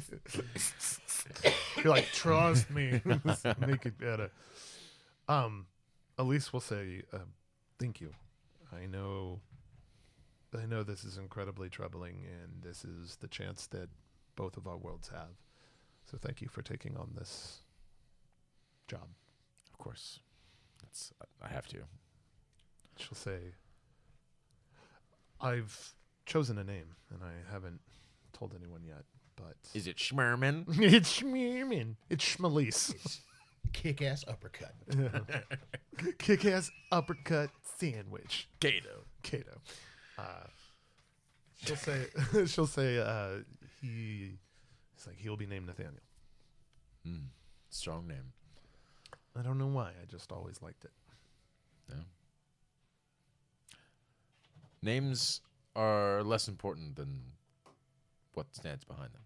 Speaker 3: you're like, Trust me. Make it better. Um, Elise will say, uh, Thank you. I know. I know this is incredibly troubling, and this is the chance that both of our worlds have. So thank you for taking on this job.
Speaker 7: of course, it's, I have to.
Speaker 3: She'll say, I've chosen a name and I haven't told anyone yet, but.
Speaker 7: Is it Schmerman?
Speaker 3: it's Schmearman. It's Schmelise.
Speaker 4: Kick ass uppercut.
Speaker 3: Kick ass uppercut sandwich.
Speaker 7: Gato.
Speaker 3: Kato. Uh, she'll say, she'll say, uh, he. It's like he'll be named Nathaniel.
Speaker 7: Strong name.
Speaker 3: I don't know why. I just always liked it.
Speaker 7: Names are less important than what stands behind them.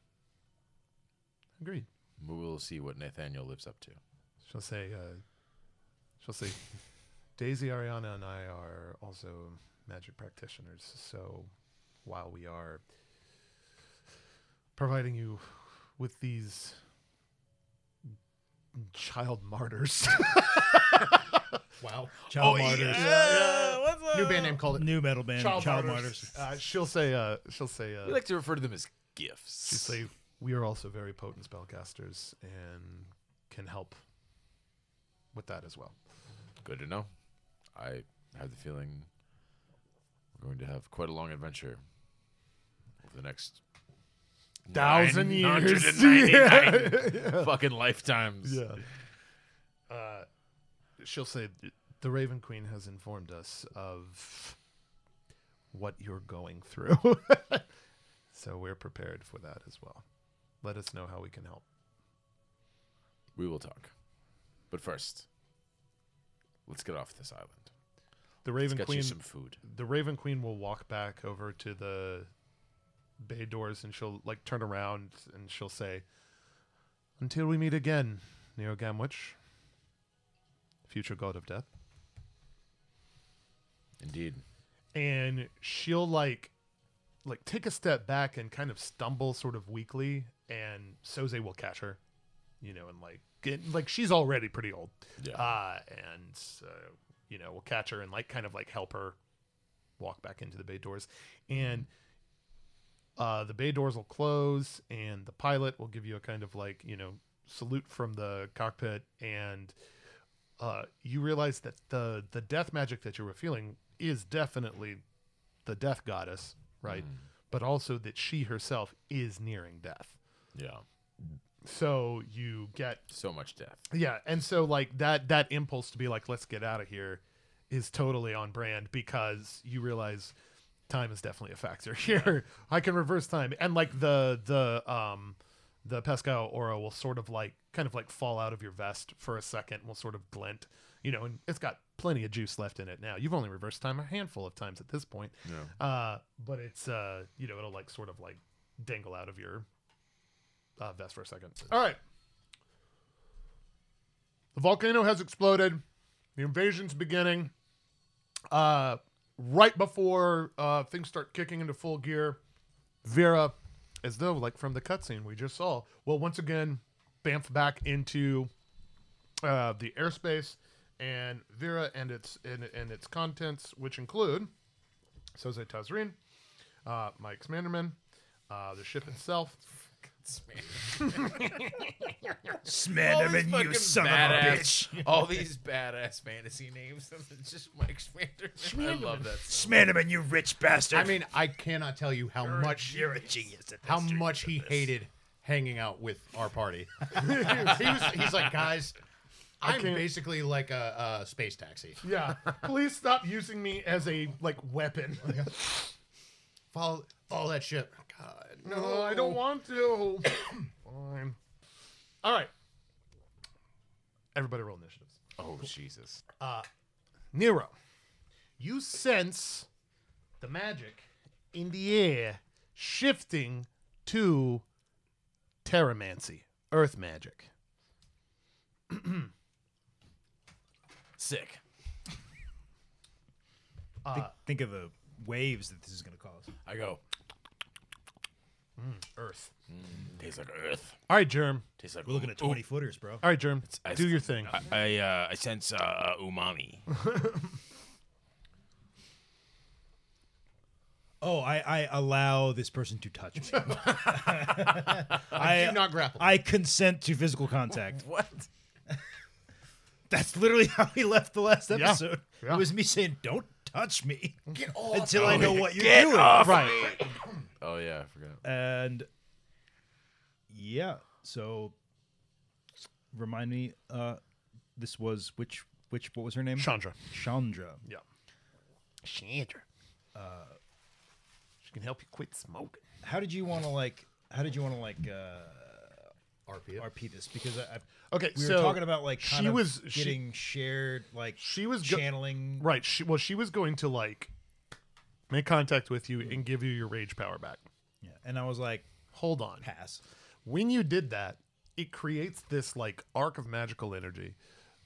Speaker 3: Agreed.
Speaker 7: We will see what Nathaniel lives up to.
Speaker 3: She'll say, uh, she'll say, Daisy, Ariana, and I are also magic practitioners. So while we are providing you with these child martyrs,
Speaker 4: Wow.
Speaker 6: Child martyrs.
Speaker 4: New band name called it.
Speaker 6: New metal band. Child, martyrs.
Speaker 3: uh, she'll say, uh, she'll say, uh,
Speaker 7: We like to refer to them as
Speaker 3: she'll
Speaker 7: gifts.
Speaker 3: say, we are also very potent spellcasters and can help with that as well.
Speaker 7: Good to know. I have the feeling we're going to have quite a long adventure over the next
Speaker 3: Thousand
Speaker 7: nine-
Speaker 3: years.
Speaker 7: 999 fucking lifetimes.
Speaker 3: Yeah. Uh, she'll say, The Raven Queen has informed us of what you're going through. so we're prepared for that as well. Let us know how we can help.
Speaker 7: We will talk. But first, let's get off this island.
Speaker 3: The
Speaker 7: Let's
Speaker 3: Raven
Speaker 7: get
Speaker 3: Queen
Speaker 7: you some food.
Speaker 3: the Raven Queen will walk back over to the bay doors and she'll like turn around and she'll say, Until we meet again, Neo Gamwich, future god of death.
Speaker 7: Indeed.
Speaker 3: and she'll like like take a step back and kind of stumble sort of weakly and Soze will catch her you know, and like get, like she's already pretty old.
Speaker 7: Yeah.
Speaker 6: Ah.
Speaker 3: Uh, and so you know, we'll catch her and like kind of like help her walk back into the bay doors, and uh, the bay doors will close, and the pilot will give you a kind of like you know salute from the cockpit, and uh, you realize that the the death magic that you were feeling is definitely the death goddess, right? But also that she herself is nearing death.
Speaker 7: Yeah.
Speaker 3: So you get
Speaker 7: So much death.
Speaker 3: yeah, and so like that that impulse to be like let's get out of here is totally on brand because you realize time is definitely a factor here. I can reverse time and like the the um the Pascal aura will sort of like kind of like fall out of your vest for a second, will sort of glint, you know, and it's got plenty of juice left in it now. You've only reversed time a handful of times at this point. Yeah. Uh but it's uh you know, it'll like sort of like dangle out of your uh, vest for a second. All right. The volcano has exploded. The invasion's beginning. Uh, right before uh, things start kicking into full gear, Vera, as though like from the cutscene we just saw, will once again bamf back into uh, the airspace, and Vera and its and, and its contents, which include Soze Tazrin, uh, Mike Smanderman, uh, the ship itself,
Speaker 6: Smanderman, you son of a bitch.
Speaker 8: All these badass fantasy names. It's just Mike Schmander. I love that. so
Speaker 6: Smanderman, you rich bastard.
Speaker 4: I mean, I cannot tell you how much
Speaker 6: you're a genius. At
Speaker 4: how
Speaker 6: this, dude.
Speaker 4: much he hated hanging out with our party. he was, he's like, guys, I'm
Speaker 3: can't-
Speaker 4: basically like a, a space taxi.
Speaker 3: Yeah. Please stop using me as a like weapon.
Speaker 4: Follow, follow that ship. God, no.
Speaker 3: no, I don't want to. Fine. All right. Everybody roll initiatives.
Speaker 7: Oh Jesus.
Speaker 3: Nero, you sense the magic in the air shifting to pteromancy, earth magic.
Speaker 7: Sick.
Speaker 6: think, Uh, think of the waves that this is going to cause.
Speaker 7: I go.
Speaker 6: Mm,
Speaker 3: Earth.
Speaker 7: Mm, Tastes like earth.
Speaker 3: All right, Germ.
Speaker 7: Tastes like
Speaker 6: We're looking at 20 footers, bro.
Speaker 3: All right, Germ.
Speaker 7: I-
Speaker 3: Do your thing.
Speaker 7: I I, uh, I sense uh, uh, umami.
Speaker 6: Oh, I, I allow this person to touch me. I,
Speaker 4: Do not grapple.
Speaker 6: I consent to physical contact.
Speaker 7: what?
Speaker 6: That's literally how we left the last episode.
Speaker 3: Yeah.
Speaker 6: It was me saying, "Don't touch me
Speaker 4: Get off.
Speaker 6: until I know what you're
Speaker 7: Get
Speaker 6: doing."
Speaker 7: off
Speaker 3: Right.
Speaker 7: Oh yeah, I forgot.
Speaker 6: And yeah, so remind me. Uh, this was which which what was her name?
Speaker 3: Chandra.
Speaker 6: Chandra.
Speaker 3: Yeah. Chandra. Uh, she can help you quit smoking.
Speaker 6: How did you want to like? How did you want to like uh,
Speaker 4: RP. it.
Speaker 6: RP this? Because I, I
Speaker 3: Okay,
Speaker 6: we
Speaker 3: so
Speaker 6: were talking about like
Speaker 3: she
Speaker 6: kind of
Speaker 3: was- she-
Speaker 6: getting shared like
Speaker 3: she was go-
Speaker 6: channeling
Speaker 3: Right. She, well, she was going to like make contact with you and give you your rage power back.
Speaker 6: Yeah, and I was like,
Speaker 3: Hold on.
Speaker 6: pass.
Speaker 3: When you did that, it creates this like arc of magical energy.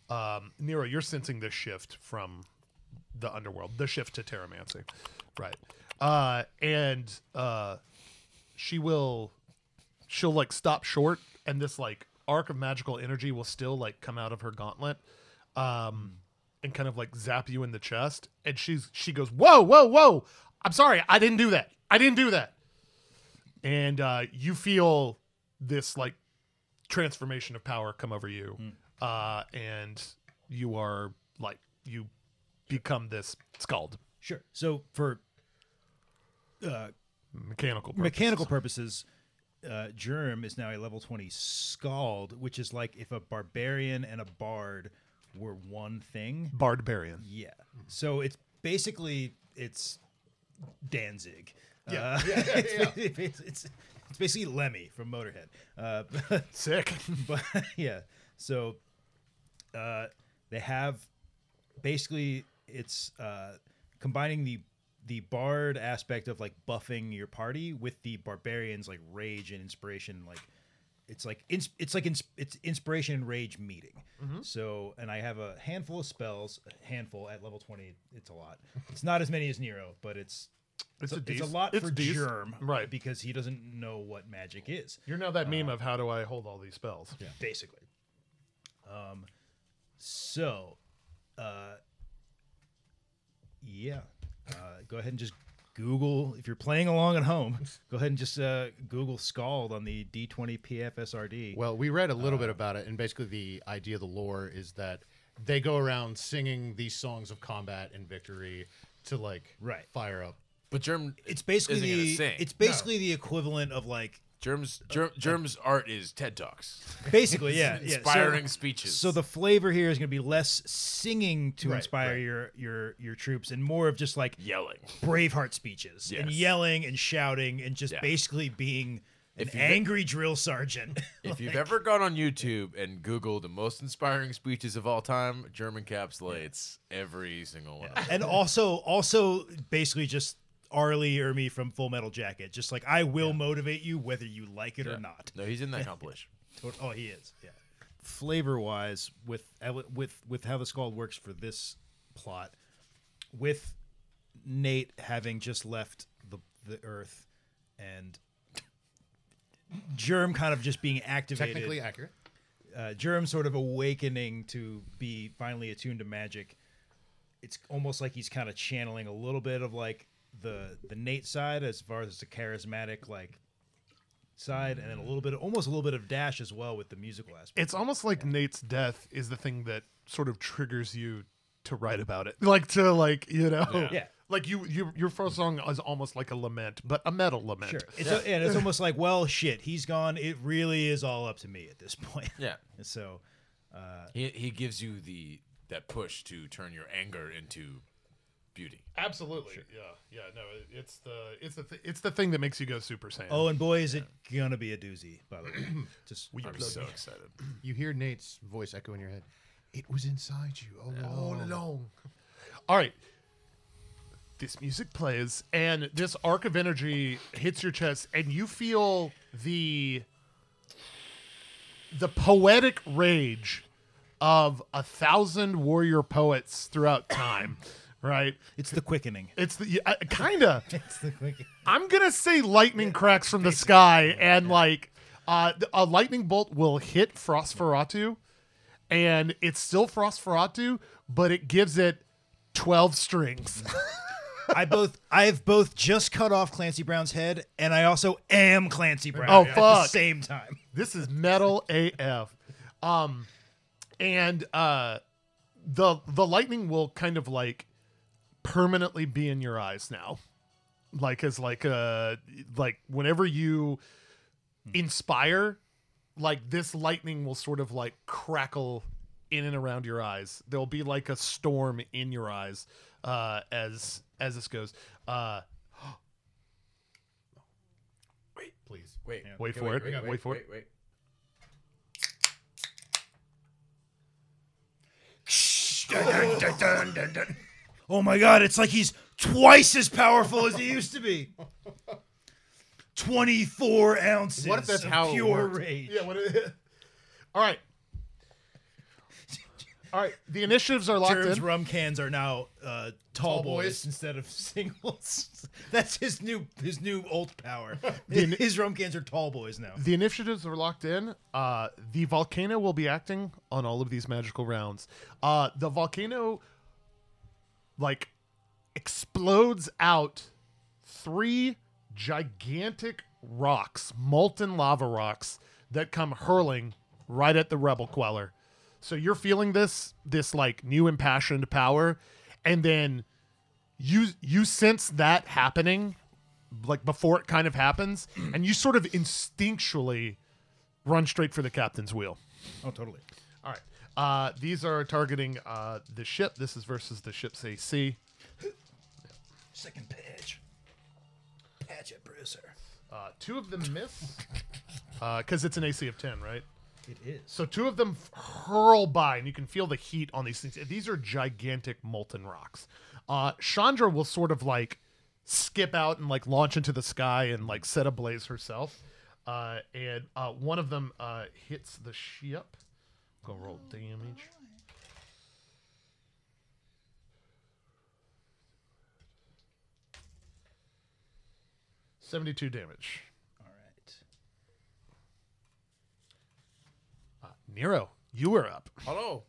Speaker 3: Um, Nero, you're sensing this shift from the underworld, the shift to Terramancy. Right. Uh, and uh, she will she'll like stop short and this like arc of magical energy will still like come out of her gauntlet um and kind of like zap you in the chest and she's she goes whoa whoa whoa i'm sorry i didn't do that i didn't do that and uh you feel this like transformation of power come over you uh and you are like you become this scald
Speaker 6: Sure. So for uh,
Speaker 3: mechanical purpose.
Speaker 6: mechanical purposes, uh, Germ is now a level twenty scald, which is like if a barbarian and a bard were one thing.
Speaker 3: barbarian
Speaker 6: Yeah. So it's basically it's Danzig. Yeah. it's, it's, it's, it's basically Lemmy from Motorhead. Uh,
Speaker 3: sick
Speaker 6: but yeah so uh they have basically it's uh combining the the bard aspect of like buffing your party with the barbarians like rage and inspiration like it's like ins- it's like ins- it's inspiration and rage meeting
Speaker 3: Mm-hmm.
Speaker 6: so and i have a handful of spells a handful at level 20 it's a lot it's not as many as nero but it's
Speaker 3: It's
Speaker 6: So
Speaker 3: a dec-
Speaker 6: lot
Speaker 3: it's
Speaker 6: for
Speaker 3: dec-
Speaker 6: Germ,
Speaker 3: right.
Speaker 6: Because he doesn't know what magic is.
Speaker 3: You're now that meme of how do I hold all these spells?
Speaker 6: Yeah. Basically. Um, so, uh, yeah. Uh, go ahead and just Google, if you're playing along at home, go ahead and just uh, Google Scald on the D20 PFSRD.
Speaker 4: Well, we read a little bit about it, and basically the idea, of the lore is that they go around singing these songs of combat and victory to like
Speaker 6: Right.
Speaker 4: fire up.
Speaker 7: But Germ,
Speaker 6: it's basically
Speaker 7: isn't gonna
Speaker 6: the,
Speaker 7: sing.
Speaker 6: it's basically the equivalent of like
Speaker 7: Germ's Germ, Germ's art is TED talks.
Speaker 6: Basically, yeah, yeah. So-
Speaker 7: inspiring speeches.
Speaker 6: So the flavor here is going to be less singing to
Speaker 4: Right,
Speaker 6: inspire
Speaker 4: right.
Speaker 6: your your your troops, and more of just like
Speaker 7: yelling.
Speaker 6: Braveheart speeches and
Speaker 7: Yes.
Speaker 6: yelling and shouting and just
Speaker 7: Yeah.
Speaker 6: basically being an
Speaker 7: If you've-
Speaker 6: angry drill sergeant.
Speaker 7: If you've
Speaker 6: Like,
Speaker 7: ever gone on YouTube and Googled the most inspiring speeches of all time, Germ encapsulates every single one. of them.
Speaker 6: and also also basically just Arlie or me from Full Metal Jacket, just like I will motivate you whether you like it or not.
Speaker 7: No, he's in that compilation.
Speaker 6: Tot- Oh, he is. Yeah. Flavor wise, with with with how the scald works for this plot, with Nate having just left the the Earth, and Germ kind of just being activated.
Speaker 4: Technically accurate.
Speaker 6: uh, Germ sort of awakening to be finally attuned to magic. It's almost like he's kind of channeling a little bit of like the the Nate side as far as the charismatic like side, and then a little bit, almost a little bit of Dash as well with the musical aspect.
Speaker 3: It's almost like Nate's death is the thing that sort of triggers you to write about it. Like to like, you know.
Speaker 6: Yeah.
Speaker 3: Like you, you your first song is almost like a lament, but a metal lament.
Speaker 6: Sure. It's a- and it's almost like, well, shit, he's gone. It really is all up to me at this point.
Speaker 7: Yeah.
Speaker 6: And so,
Speaker 7: He, he gives you the that push to turn your anger into beauty.
Speaker 3: Absolutely. Yeah. Yeah, no, it- it's the it's the th- it's the thing that makes you go super saiyan.
Speaker 6: oh, and boy, is it gonna be a doozy. By the way, just
Speaker 3: We
Speaker 7: I'm
Speaker 3: plug-
Speaker 7: so excited.
Speaker 4: You hear Nate's voice echo in your head. It was inside you. Oh,
Speaker 3: all along. All right. This music plays, and this arc of energy hits your chest, and you feel the the poetic rage of a thousand warrior poets throughout time. Right?
Speaker 6: it's the quickening.
Speaker 3: It's the uh, kinda.
Speaker 10: It's the quick.
Speaker 3: I'm gonna say lightning cracks from the sky, and like uh, th- a lightning bolt will hit Frostferatu, and it's still Frostferatu, but it gives it twelve strings.
Speaker 6: I both I have both just cut off Clancy Brown's head, and I also am Clancy Brown.
Speaker 3: Oh,
Speaker 6: At the
Speaker 3: fuck.
Speaker 6: same time,
Speaker 3: this is metal AF. Um, and uh, the the lightning will kind of like permanently be in your eyes now, like as like uh like whenever you inspire, like this lightning will sort of like crackle in and around your eyes. There'll be like a storm in your eyes uh, as as this goes. Uh,
Speaker 4: please.
Speaker 7: Wait,
Speaker 3: Wait for it. Wait, for it.
Speaker 7: Wait,
Speaker 6: oh my god, it's like he's twice as powerful as he used to be. Twenty four ounces.
Speaker 4: What if that's
Speaker 6: of
Speaker 4: how it
Speaker 6: pure
Speaker 4: worked?
Speaker 6: rage?
Speaker 3: Yeah, what is All right. All right, the initiatives are locked
Speaker 6: Germ's
Speaker 3: in.
Speaker 6: rum cans are now uh, tall,
Speaker 4: Tall
Speaker 6: boys.
Speaker 4: boys.
Speaker 6: instead of singles. That's his new his new old power. his rum cans are tall boys now.
Speaker 3: The initiatives are locked in. Uh, the volcano will be acting on all of these magical rounds. Uh, the volcano, like, explodes out three gigantic rocks, molten lava rocks, that come hurling right at the rebel queller. So you're feeling this, this like new impassioned power, and then you you sense that happening like before it kind of happens, and you sort of instinctually run straight for the captain's wheel.
Speaker 6: Oh, totally.
Speaker 3: All right. Uh, these are targeting uh, the ship. This is versus the ship's AC.
Speaker 6: Second page. Patch it, Bruiser.
Speaker 3: Uh, two of them miss because it's an AC of 10, right?
Speaker 10: It is.
Speaker 3: So two of them f- hurl by, and you can feel the heat on these things. These are gigantic molten rocks. Uh, Chandra will sort of like skip out and like launch into the sky and like set ablaze herself. Uh, and uh, one of them uh, hits the ship. Go roll damage. 72 damage.
Speaker 6: All right.
Speaker 3: Nero, you were up.
Speaker 7: Hello.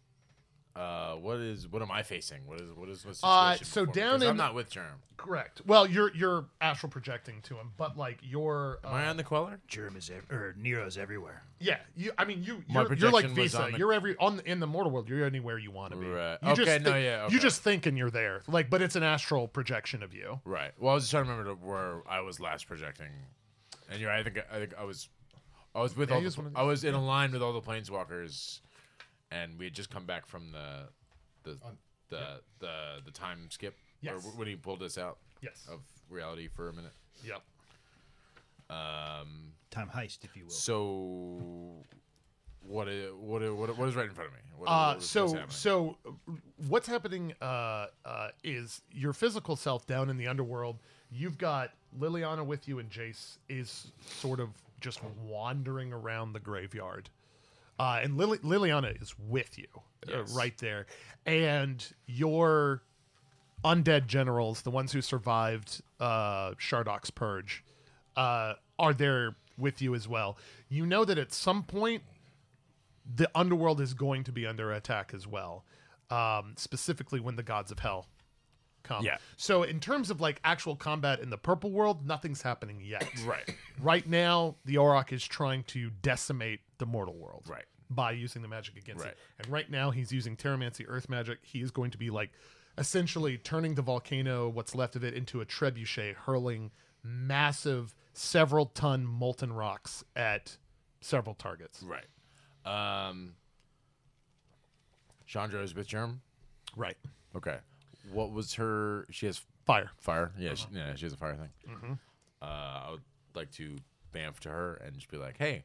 Speaker 7: Uh, what is what am I facing? What is what is what situation?
Speaker 3: Uh, so
Speaker 7: before me? 'Cause
Speaker 3: down in
Speaker 7: I'm
Speaker 3: the-
Speaker 7: not with Germ.
Speaker 3: Correct. Well, you're you're astral projecting to him, but like you're uh,
Speaker 7: Am I on the queller?
Speaker 6: Germ is ev- or Nero's everywhere.
Speaker 3: yeah. You, I mean, you
Speaker 7: My
Speaker 3: you're, you're like
Speaker 7: projection was
Speaker 3: Visa.
Speaker 7: on the-
Speaker 3: You're every on the, in the mortal world. You're anywhere you want to be.
Speaker 7: Right.
Speaker 3: You
Speaker 7: Okay,
Speaker 3: Just
Speaker 7: no,
Speaker 3: thi-
Speaker 7: yeah,
Speaker 3: You
Speaker 7: okay.
Speaker 3: just think and you're there. Like, but it's an astral projection of you.
Speaker 7: Right. Well, I was just trying to remember to where I was last projecting, and you're. right, I think I think I was, I was with
Speaker 3: Yeah,
Speaker 7: all.
Speaker 3: you
Speaker 7: The,
Speaker 3: just wanted to-
Speaker 7: I was in a line with all the planeswalkers, and we had just come back from the, the the the, the time skip. Or
Speaker 3: Yes.
Speaker 7: wh- when he pulled us out
Speaker 3: Yes.
Speaker 7: of reality for a minute.
Speaker 3: Yep.
Speaker 7: Um.
Speaker 6: Time heist, if you will.
Speaker 7: So. What is, what is, what i- what is right in front of me? What,
Speaker 3: Uh,
Speaker 7: what is- what's
Speaker 3: so
Speaker 7: happening?
Speaker 3: so uh, what's happening uh, uh, is your physical self down in the underworld. You've got Liliana with you, and Jace is sort of just wandering around the graveyard. Uh, and Lili- Liliana is with you uh, right there, and your undead generals, the ones who survived uh, Shardok's purge, uh, are there with you as well. You know that at some point the underworld is going to be under attack as well, um, specifically when the gods of hell come.
Speaker 7: Yeah.
Speaker 3: So in terms of like actual combat in the purple world, nothing's happening yet.
Speaker 7: Right.
Speaker 3: Right now, the Auroch is trying to decimate the mortal world.
Speaker 7: Right.
Speaker 3: By using the magic against
Speaker 7: Right.
Speaker 3: it. And right now, he's using Terramancy Earth magic. He is going to be like essentially turning the volcano, what's left of it, into a trebuchet, hurling massive, several ton molten rocks at several targets.
Speaker 7: Right. Um. Chandra is with Germ.
Speaker 3: Right.
Speaker 7: Okay. What was her? She has
Speaker 3: Fire. Uh-huh. Mm-hmm.
Speaker 7: fire. Yeah, she, yeah, she has a fire thing. Uh, I would like to bamf to her and just be like, "Hey,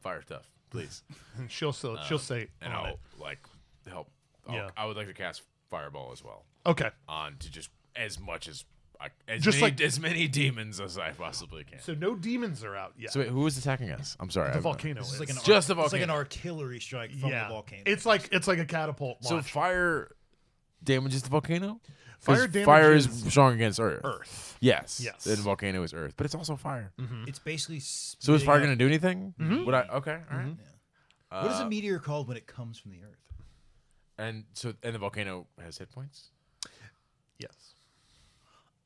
Speaker 7: fire stuff, please," Uh,
Speaker 3: And she'll, so, she'll say,
Speaker 7: and
Speaker 3: on
Speaker 7: I'll
Speaker 3: it.
Speaker 7: like help. I'll-
Speaker 3: Yeah.
Speaker 7: I would like to cast fireball as well
Speaker 3: Okay.
Speaker 7: on to just as much as I, as
Speaker 3: Just
Speaker 7: many,
Speaker 3: like-
Speaker 7: as many demons as I possibly can. So,
Speaker 3: So no demons are out yet.
Speaker 7: wait, who is attacking us? I'm sorry,
Speaker 3: the volcano is.
Speaker 6: It's like an
Speaker 7: Just the
Speaker 6: It's like an
Speaker 7: volcano.
Speaker 6: artillery strike from
Speaker 3: yeah.
Speaker 6: the volcano.
Speaker 3: It's like it's like a catapult
Speaker 7: So
Speaker 3: launch.
Speaker 7: fire damages the volcano. 'Cause
Speaker 3: Fire
Speaker 7: fire is
Speaker 3: damages
Speaker 7: strong against earth.
Speaker 3: Earth.
Speaker 7: Yes.
Speaker 3: Yes. Mm-hmm.
Speaker 7: And volcano is earth, but it's also fire.
Speaker 6: Hmm. it's basically.
Speaker 7: So is
Speaker 6: spitting
Speaker 7: fire
Speaker 6: out-
Speaker 7: going to do anything? Would I? Okay. All right.
Speaker 6: What
Speaker 7: uh,
Speaker 6: is a meteor called when it comes from the earth?
Speaker 3: Mm-hmm.
Speaker 7: And so, and the volcano has hit points.
Speaker 3: Yes.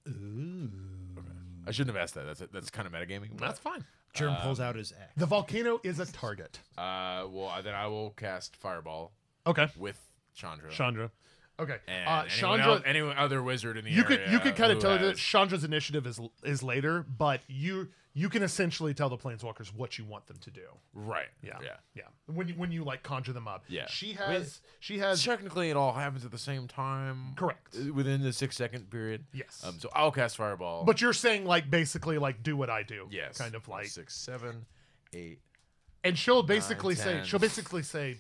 Speaker 7: I shouldn't have asked that. That's that's kind of metagaming. but,
Speaker 3: That's fine.
Speaker 6: Germ
Speaker 7: Um,
Speaker 6: pulls out his axe.
Speaker 3: The volcano is a target.
Speaker 7: Uh, well, I- then I will cast fireball
Speaker 3: Okay.
Speaker 7: with Chandra.
Speaker 3: Chandra. Okay.
Speaker 7: And
Speaker 3: uh,
Speaker 7: anyone
Speaker 3: Chandra.
Speaker 7: else- any other wizard in the
Speaker 3: you
Speaker 7: area?
Speaker 3: could you could kind of
Speaker 7: who
Speaker 3: tell
Speaker 7: has,
Speaker 3: that Chandra's initiative is is later, but you you can essentially tell the planeswalkers what you want them to do.
Speaker 7: Right.
Speaker 3: Yeah.
Speaker 7: Yeah.
Speaker 3: Yeah. When you when you like conjure them up.
Speaker 7: Yeah.
Speaker 3: She
Speaker 7: I mean,
Speaker 3: has she has
Speaker 7: Technically, it all happens at the same time.
Speaker 3: Correct.
Speaker 7: uh, Within the six second period.
Speaker 3: Yes.
Speaker 7: Um. So I'll cast fireball.
Speaker 3: but you're saying like basically like do what I do.
Speaker 7: yes.
Speaker 3: Kind of like
Speaker 7: six, seven, eight.
Speaker 3: and she'll basically
Speaker 7: Nine,
Speaker 3: say
Speaker 7: ten.
Speaker 3: she'll basically say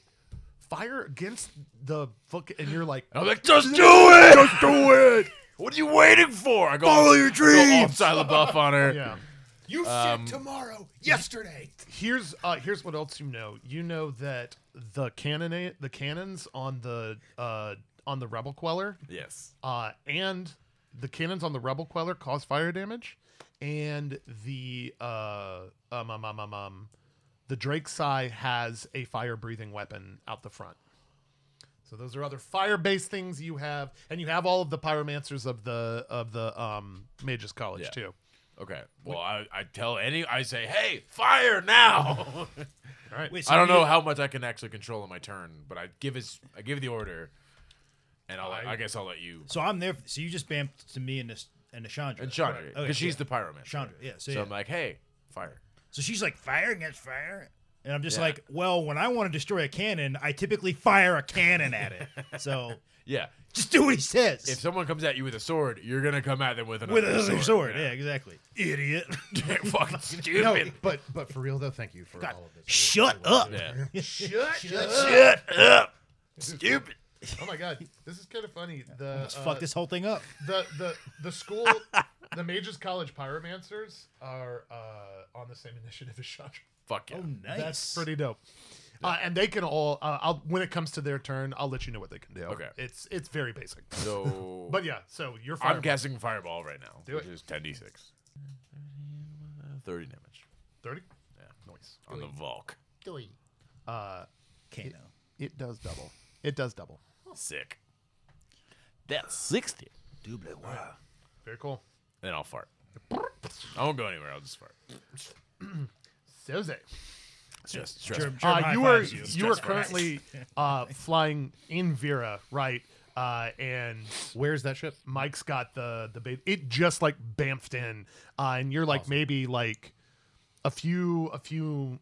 Speaker 3: fire against the book and you're like
Speaker 7: And I'm like, just do it! Just do it! What are you waiting for? I go follow your dreams. Go all Shia LaBeouf on her.
Speaker 3: yeah. Um,
Speaker 5: You said tomorrow, yesterday.
Speaker 3: Here's uh, here's what else you know. You know that the cannon the cannons on the uh, on the rebel queller
Speaker 7: Yes.
Speaker 3: uh, and the cannons on the rebel queller cause fire damage, and the uh, um, um, um, um, um, the Drake Psy has a fire breathing weapon out the front. So those are other fire based things you have, and you have all of the pyromancers of the of the um, Mages College
Speaker 7: Yeah.
Speaker 3: too.
Speaker 7: Okay. Well, I, I tell any. I say, hey, fire now.
Speaker 6: Wait, so
Speaker 7: I don't
Speaker 6: you-
Speaker 7: know how much I can actually control in my turn, but I give his. I give the order, and I'll. I, guess I'll let you.
Speaker 6: So I'm there. So you just bamped to me and this and Chandra.
Speaker 7: And Chandra,
Speaker 6: Right.
Speaker 7: because
Speaker 6: Okay,
Speaker 7: she's
Speaker 6: yeah.
Speaker 7: the pyromancer.
Speaker 6: Chandra. Yeah. So,
Speaker 7: So
Speaker 6: yeah.
Speaker 7: I'm like, hey, fire.
Speaker 6: so she's like fire against fire, and I'm just
Speaker 7: Yeah.
Speaker 6: like, well, when I want to destroy a cannon, I typically fire a cannon at it. so
Speaker 7: Yeah.
Speaker 6: just do what he says
Speaker 7: If someone comes at you with a sword, you're gonna come at them with another
Speaker 6: with another sword.
Speaker 7: sword.
Speaker 6: Yeah. exactly. Idiot.
Speaker 7: Fucking stupid.
Speaker 4: No, but but for real though, thank you for all of this.
Speaker 6: Shut up.
Speaker 7: Yeah.
Speaker 6: Shut up.
Speaker 7: stupid.
Speaker 3: Oh my god, this is kind of funny. The
Speaker 6: Let's
Speaker 3: uh,
Speaker 6: fuck this whole thing up.
Speaker 3: the the the school the mages college pyromancers are uh, on the same initiative as Chandra.
Speaker 7: Fuck yeah.
Speaker 6: Oh, nice.
Speaker 3: That's pretty dope. Uh, and they can all. Uh, I'll when it comes to their turn, I'll let you know what they can do.
Speaker 7: Okay.
Speaker 3: It's it's very basic.
Speaker 7: So,
Speaker 3: But yeah, so you're
Speaker 7: I'm
Speaker 3: fine.
Speaker 7: casting fireball right now,
Speaker 3: Do
Speaker 7: which
Speaker 3: it.
Speaker 7: is 10d6. Thirty damage.
Speaker 3: 30?
Speaker 7: Yeah.
Speaker 3: Nice.
Speaker 7: On the Volk.
Speaker 3: Uh,
Speaker 6: Kano.
Speaker 11: It, it does double. It does double.
Speaker 7: Sick. That's sixty.
Speaker 6: Double wow.
Speaker 3: Very cool.
Speaker 7: Then I'll fart. I won't go anywhere. I'll just fart.
Speaker 3: Soze.
Speaker 7: It's just stress.
Speaker 3: Uh, you are you, are currently uh, flying in Vera, right? Uh, and where's that ship? Mike's got the the ba- it just like bamfed in, uh, and you're like maybe like a few a few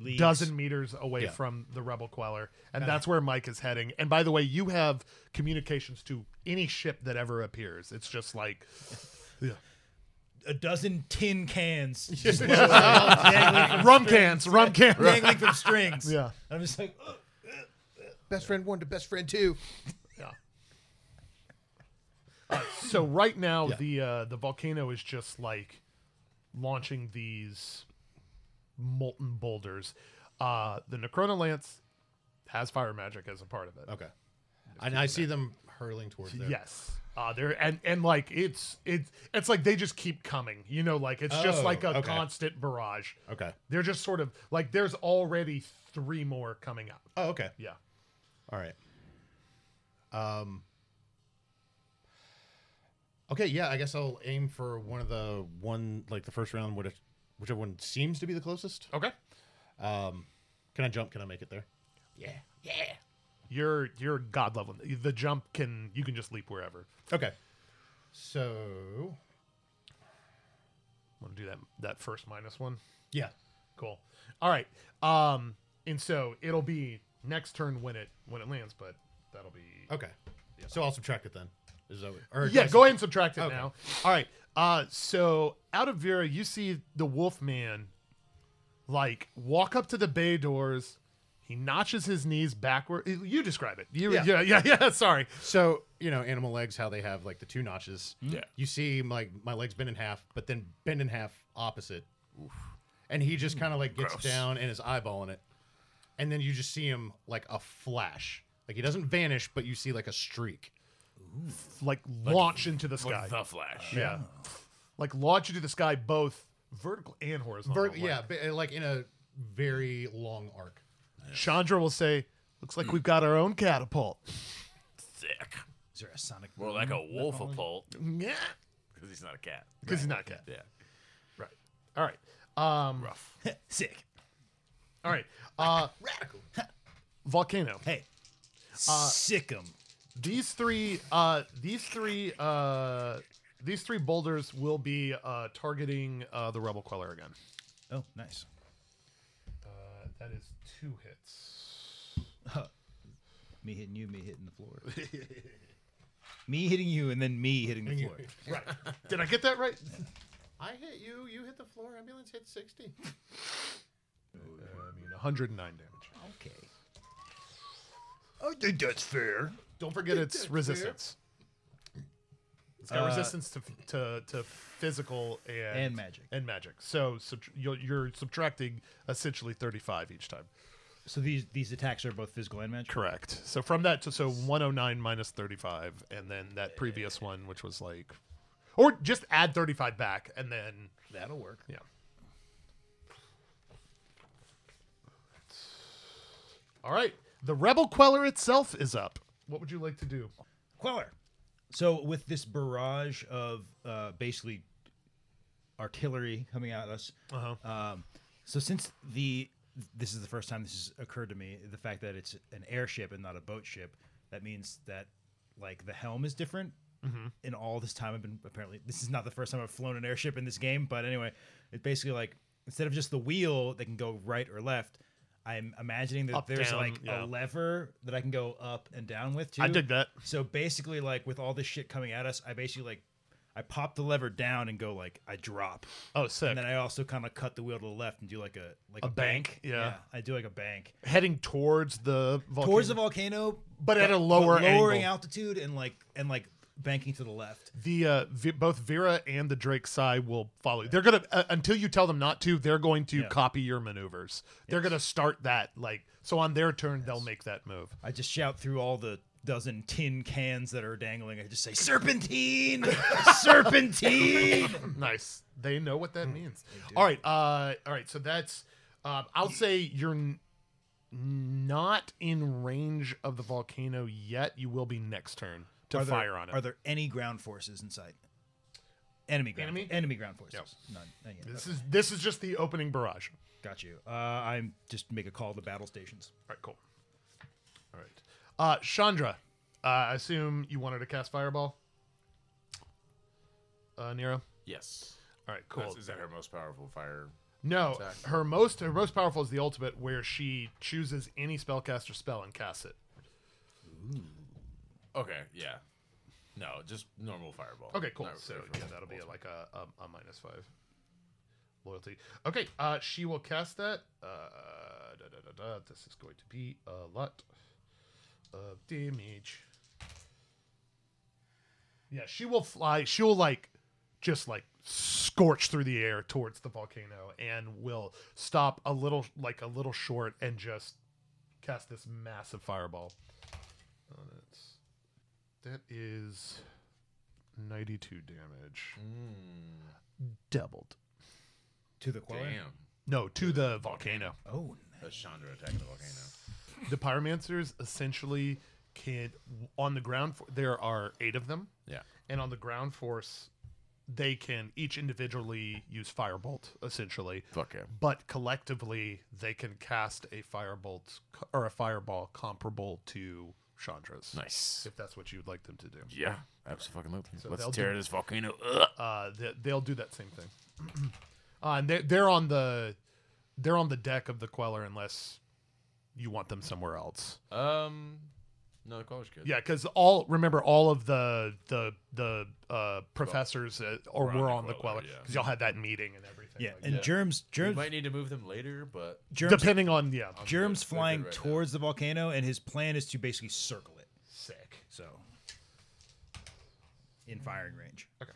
Speaker 6: Leagues.
Speaker 3: dozen meters away
Speaker 6: Yeah.
Speaker 3: from the Rebel Queller, and
Speaker 6: Okay.
Speaker 3: that's where Mike is heading. And by the way, you have communications to any ship that ever appears. It's just like
Speaker 6: a dozen tin cans.
Speaker 3: Yeah.
Speaker 6: Just dangling from
Speaker 3: Rum
Speaker 6: string-
Speaker 3: cans, rum cans.
Speaker 6: Dangling from strings.
Speaker 3: Yeah.
Speaker 6: I'm just like, "Ugh."
Speaker 11: Best friend one to best friend two.
Speaker 3: so
Speaker 4: Mm.
Speaker 3: right now
Speaker 11: Yeah.
Speaker 3: the uh, the volcano is just like launching these molten boulders. Uh, the Necrona Lance has fire magic as a part of it.
Speaker 4: Okay. And I see them hurling towards Oh, there.
Speaker 3: Yes. Uh, they're and and like it's it's it's like they just keep coming. You know, like it's just
Speaker 4: Oh,
Speaker 3: like a
Speaker 4: okay.
Speaker 3: constant barrage.
Speaker 4: Okay.
Speaker 3: They're just sort of like there's already three more coming up.
Speaker 4: Oh, okay.
Speaker 3: Yeah.
Speaker 4: All right. Um. Okay, yeah, I guess I'll aim for one of the one like the first round, what- whichever one seems to be the closest.
Speaker 3: Okay.
Speaker 4: Um, can I jump? Can I make it there?
Speaker 3: Yeah. Yeah. You're you're god level. The jump can you can just leap wherever.
Speaker 4: Okay. So
Speaker 3: Want to do that that first minus one?
Speaker 4: Yeah.
Speaker 3: Cool. All right. Um, and so it'll be next turn when it when it lands, but that'll be
Speaker 4: okay. So I'll subtract it then. Is that what, or do
Speaker 3: yeah,
Speaker 4: I
Speaker 3: go
Speaker 4: sub-
Speaker 3: ahead and subtract it
Speaker 4: Okay.
Speaker 3: now. All right. Uh, so out of Vera, you see the Wolfman, like walk up to the bay doors. He notches his knees backward. You describe it. You, yeah. yeah, yeah, Sorry.
Speaker 4: So you know, animal legs, how they have like the two notches.
Speaker 3: Mm-hmm.
Speaker 7: Yeah.
Speaker 4: You see, like my legs bend in half, but then bend in half opposite. And he just kind of like gets
Speaker 7: Gross.
Speaker 4: down and is eyeballing it, and then you just see him like a flash. Like he doesn't vanish, but you see like a streak.
Speaker 3: Like launch into the sky.
Speaker 8: The Flash.
Speaker 3: Yeah. Like launch into the sky, both vertical and horizontal.
Speaker 4: Ver-
Speaker 3: like-
Speaker 4: yeah, ba- like in a very long arc.
Speaker 3: Chandra will say, "Looks like we've got our own catapult."
Speaker 7: Sick.
Speaker 6: Is there a sonic?
Speaker 7: More like a
Speaker 6: boom
Speaker 3: Mm-hmm.
Speaker 6: that
Speaker 7: wolf
Speaker 6: falls?
Speaker 7: pole.
Speaker 3: Yeah.
Speaker 7: Because he's not a cat.
Speaker 3: Because he's not a cat.
Speaker 7: Yeah.
Speaker 3: Right. All right. Um,
Speaker 7: Rough.
Speaker 6: Sick.
Speaker 3: all right. Uh, volcano.
Speaker 6: Hey.
Speaker 3: Uh,
Speaker 6: Sick 'em.
Speaker 3: These three. Uh, these three. Uh, these three boulders will be uh, targeting uh, the rebel queller again.
Speaker 6: Oh, nice.
Speaker 3: Uh, that is two hits.
Speaker 6: Me hitting you, me hitting the floor. me hitting you, and then me hitting the floor.
Speaker 3: Right. Did I get that right?
Speaker 4: I hit you. You hit the floor. Ambulance hit sixty.
Speaker 3: I mean, 109 damage.
Speaker 6: Okay.
Speaker 3: I think that's fair. Don't forget its resistance. It's got
Speaker 6: Uh,
Speaker 3: resistance to, to to physical and
Speaker 6: And magic.
Speaker 3: and magic. So subtr you're, you're subtracting essentially 35 each time.
Speaker 6: So these these attacks are both physical and magic.
Speaker 3: Correct. So from that, to, so 109 minus 35, and then that previous one, which was like, or just add 35 back, and then
Speaker 6: That'll work.
Speaker 3: yeah. All right. The Rebel Queller itself is up. What would you like to do?
Speaker 6: Queller. So with this barrage of uh, basically artillery coming at us,
Speaker 3: Uh-huh.
Speaker 6: um, so since the this is the first time this has occurred to me, the fact that it's an airship and not a boat ship, that means that like the helm is different.
Speaker 3: Mm-hmm.
Speaker 6: And all this time, I've been apparently this is not the first time I've flown an airship in this game, but anyway, it's basically like instead of just the wheel that can go right or left. I'm imagining that
Speaker 3: Up,
Speaker 6: there's
Speaker 3: down,
Speaker 6: like
Speaker 3: yeah.
Speaker 6: a lever that I can go up and down with too.
Speaker 3: I dig that.
Speaker 6: So basically, like with all this shit coming at us, I basically like I pop the lever down and go like I drop,
Speaker 3: Oh, sick.
Speaker 6: and then I also kind of cut the wheel to the left and do like a like
Speaker 3: A
Speaker 6: a,
Speaker 3: bank, yeah.
Speaker 6: I do like a bank
Speaker 3: Heading towards the volcano.
Speaker 6: towards the volcano,
Speaker 3: But at a lower
Speaker 6: lowering
Speaker 3: angle.
Speaker 6: altitude and like and like banking to the left.
Speaker 3: the uh, v- both Vera and the Drake Psy will follow. you. They're gonna uh, until you tell them not to. They're going to
Speaker 6: Yeah.
Speaker 3: copy your maneuvers. They're gonna start that like so on their turn they'll make that move.
Speaker 6: I just shout through all the dozen tin cans that are dangling. I just say serpentine, serpentine.
Speaker 3: nice. They know what
Speaker 6: Mm.
Speaker 3: that means. All right. Uh, all right. So that's. Uh, I'll say you're n- not in range of the volcano yet. You will be next turn to
Speaker 6: Are there-
Speaker 3: fire on it.
Speaker 6: Are there any ground forces in sight? Enemy ground. Enemy, ground forces. None. None yet.
Speaker 3: This
Speaker 6: Okay.
Speaker 3: is this is just the opening barrage.
Speaker 6: Got you. Uh, I'm just make a call to battle stations.
Speaker 3: All right. Cool. All right. Uh, Chandra, uh, I assume you wanted to cast fireball. Uh, Nero.
Speaker 7: Yes.
Speaker 3: All right. Cool.
Speaker 7: That's- is that her most powerful fire?
Speaker 3: No,
Speaker 7: attack?
Speaker 3: her most her most powerful is the ultimate, where she chooses any spellcaster spell and casts it.
Speaker 7: Okay. Yeah. No, just normal fireball.
Speaker 3: Okay, cool.
Speaker 7: Not
Speaker 3: so
Speaker 7: really
Speaker 3: yeah, that'll be like a, a, a minus five loyalty. Okay, uh, she will cast that. Uh, da, da, da, da. This is going to be a lot of damage. Yeah, she will fly. She'll like just like scorch through the air towards the volcano and will stop a little like a little short and just cast this massive fireball. Oh, that's that is 92 damage.
Speaker 7: Mm.
Speaker 3: Doubled.
Speaker 6: To the
Speaker 7: quarry? Damn.
Speaker 3: No, to the volcano.
Speaker 6: Oh,
Speaker 7: That's Chandra attacking the volcano.
Speaker 3: The pyromancers essentially can on the ground fo- there are 8 of them.
Speaker 7: Yeah.
Speaker 3: And on the ground force they can each individually use firebolt essentially.
Speaker 7: Fuck yeah.
Speaker 3: But collectively they can cast a firebolt co- or a fireball comparable to Chandra's.
Speaker 7: Nice.
Speaker 3: If that's what you'd like them to do.
Speaker 7: Yeah. Absolutely.
Speaker 3: So
Speaker 7: Let's
Speaker 3: they'll
Speaker 7: tear
Speaker 3: do-
Speaker 7: this volcano. up.
Speaker 3: Uh, they, they'll do that same thing. uh, and they're, they're on the they're on the deck of the Queller unless you want them somewhere else.
Speaker 7: Um, no, the college kid.
Speaker 3: Yeah, because all remember all of the the the uh, professors uh, or
Speaker 7: We're on
Speaker 3: were
Speaker 7: the
Speaker 3: on the
Speaker 7: Queller,
Speaker 3: Queller
Speaker 7: yeah.
Speaker 3: because y'all had that meeting and everything.
Speaker 6: Yeah,
Speaker 3: like
Speaker 6: and
Speaker 3: that.
Speaker 6: germs,
Speaker 7: We
Speaker 6: germs,
Speaker 7: might need to move them later, but
Speaker 6: germs,
Speaker 3: depending on yeah,
Speaker 6: germs
Speaker 7: good. We're good
Speaker 6: flying
Speaker 7: right now.
Speaker 6: towards the volcano, and his plan is to basically circle it.
Speaker 3: sick.
Speaker 6: So, in firing range.
Speaker 3: Okay.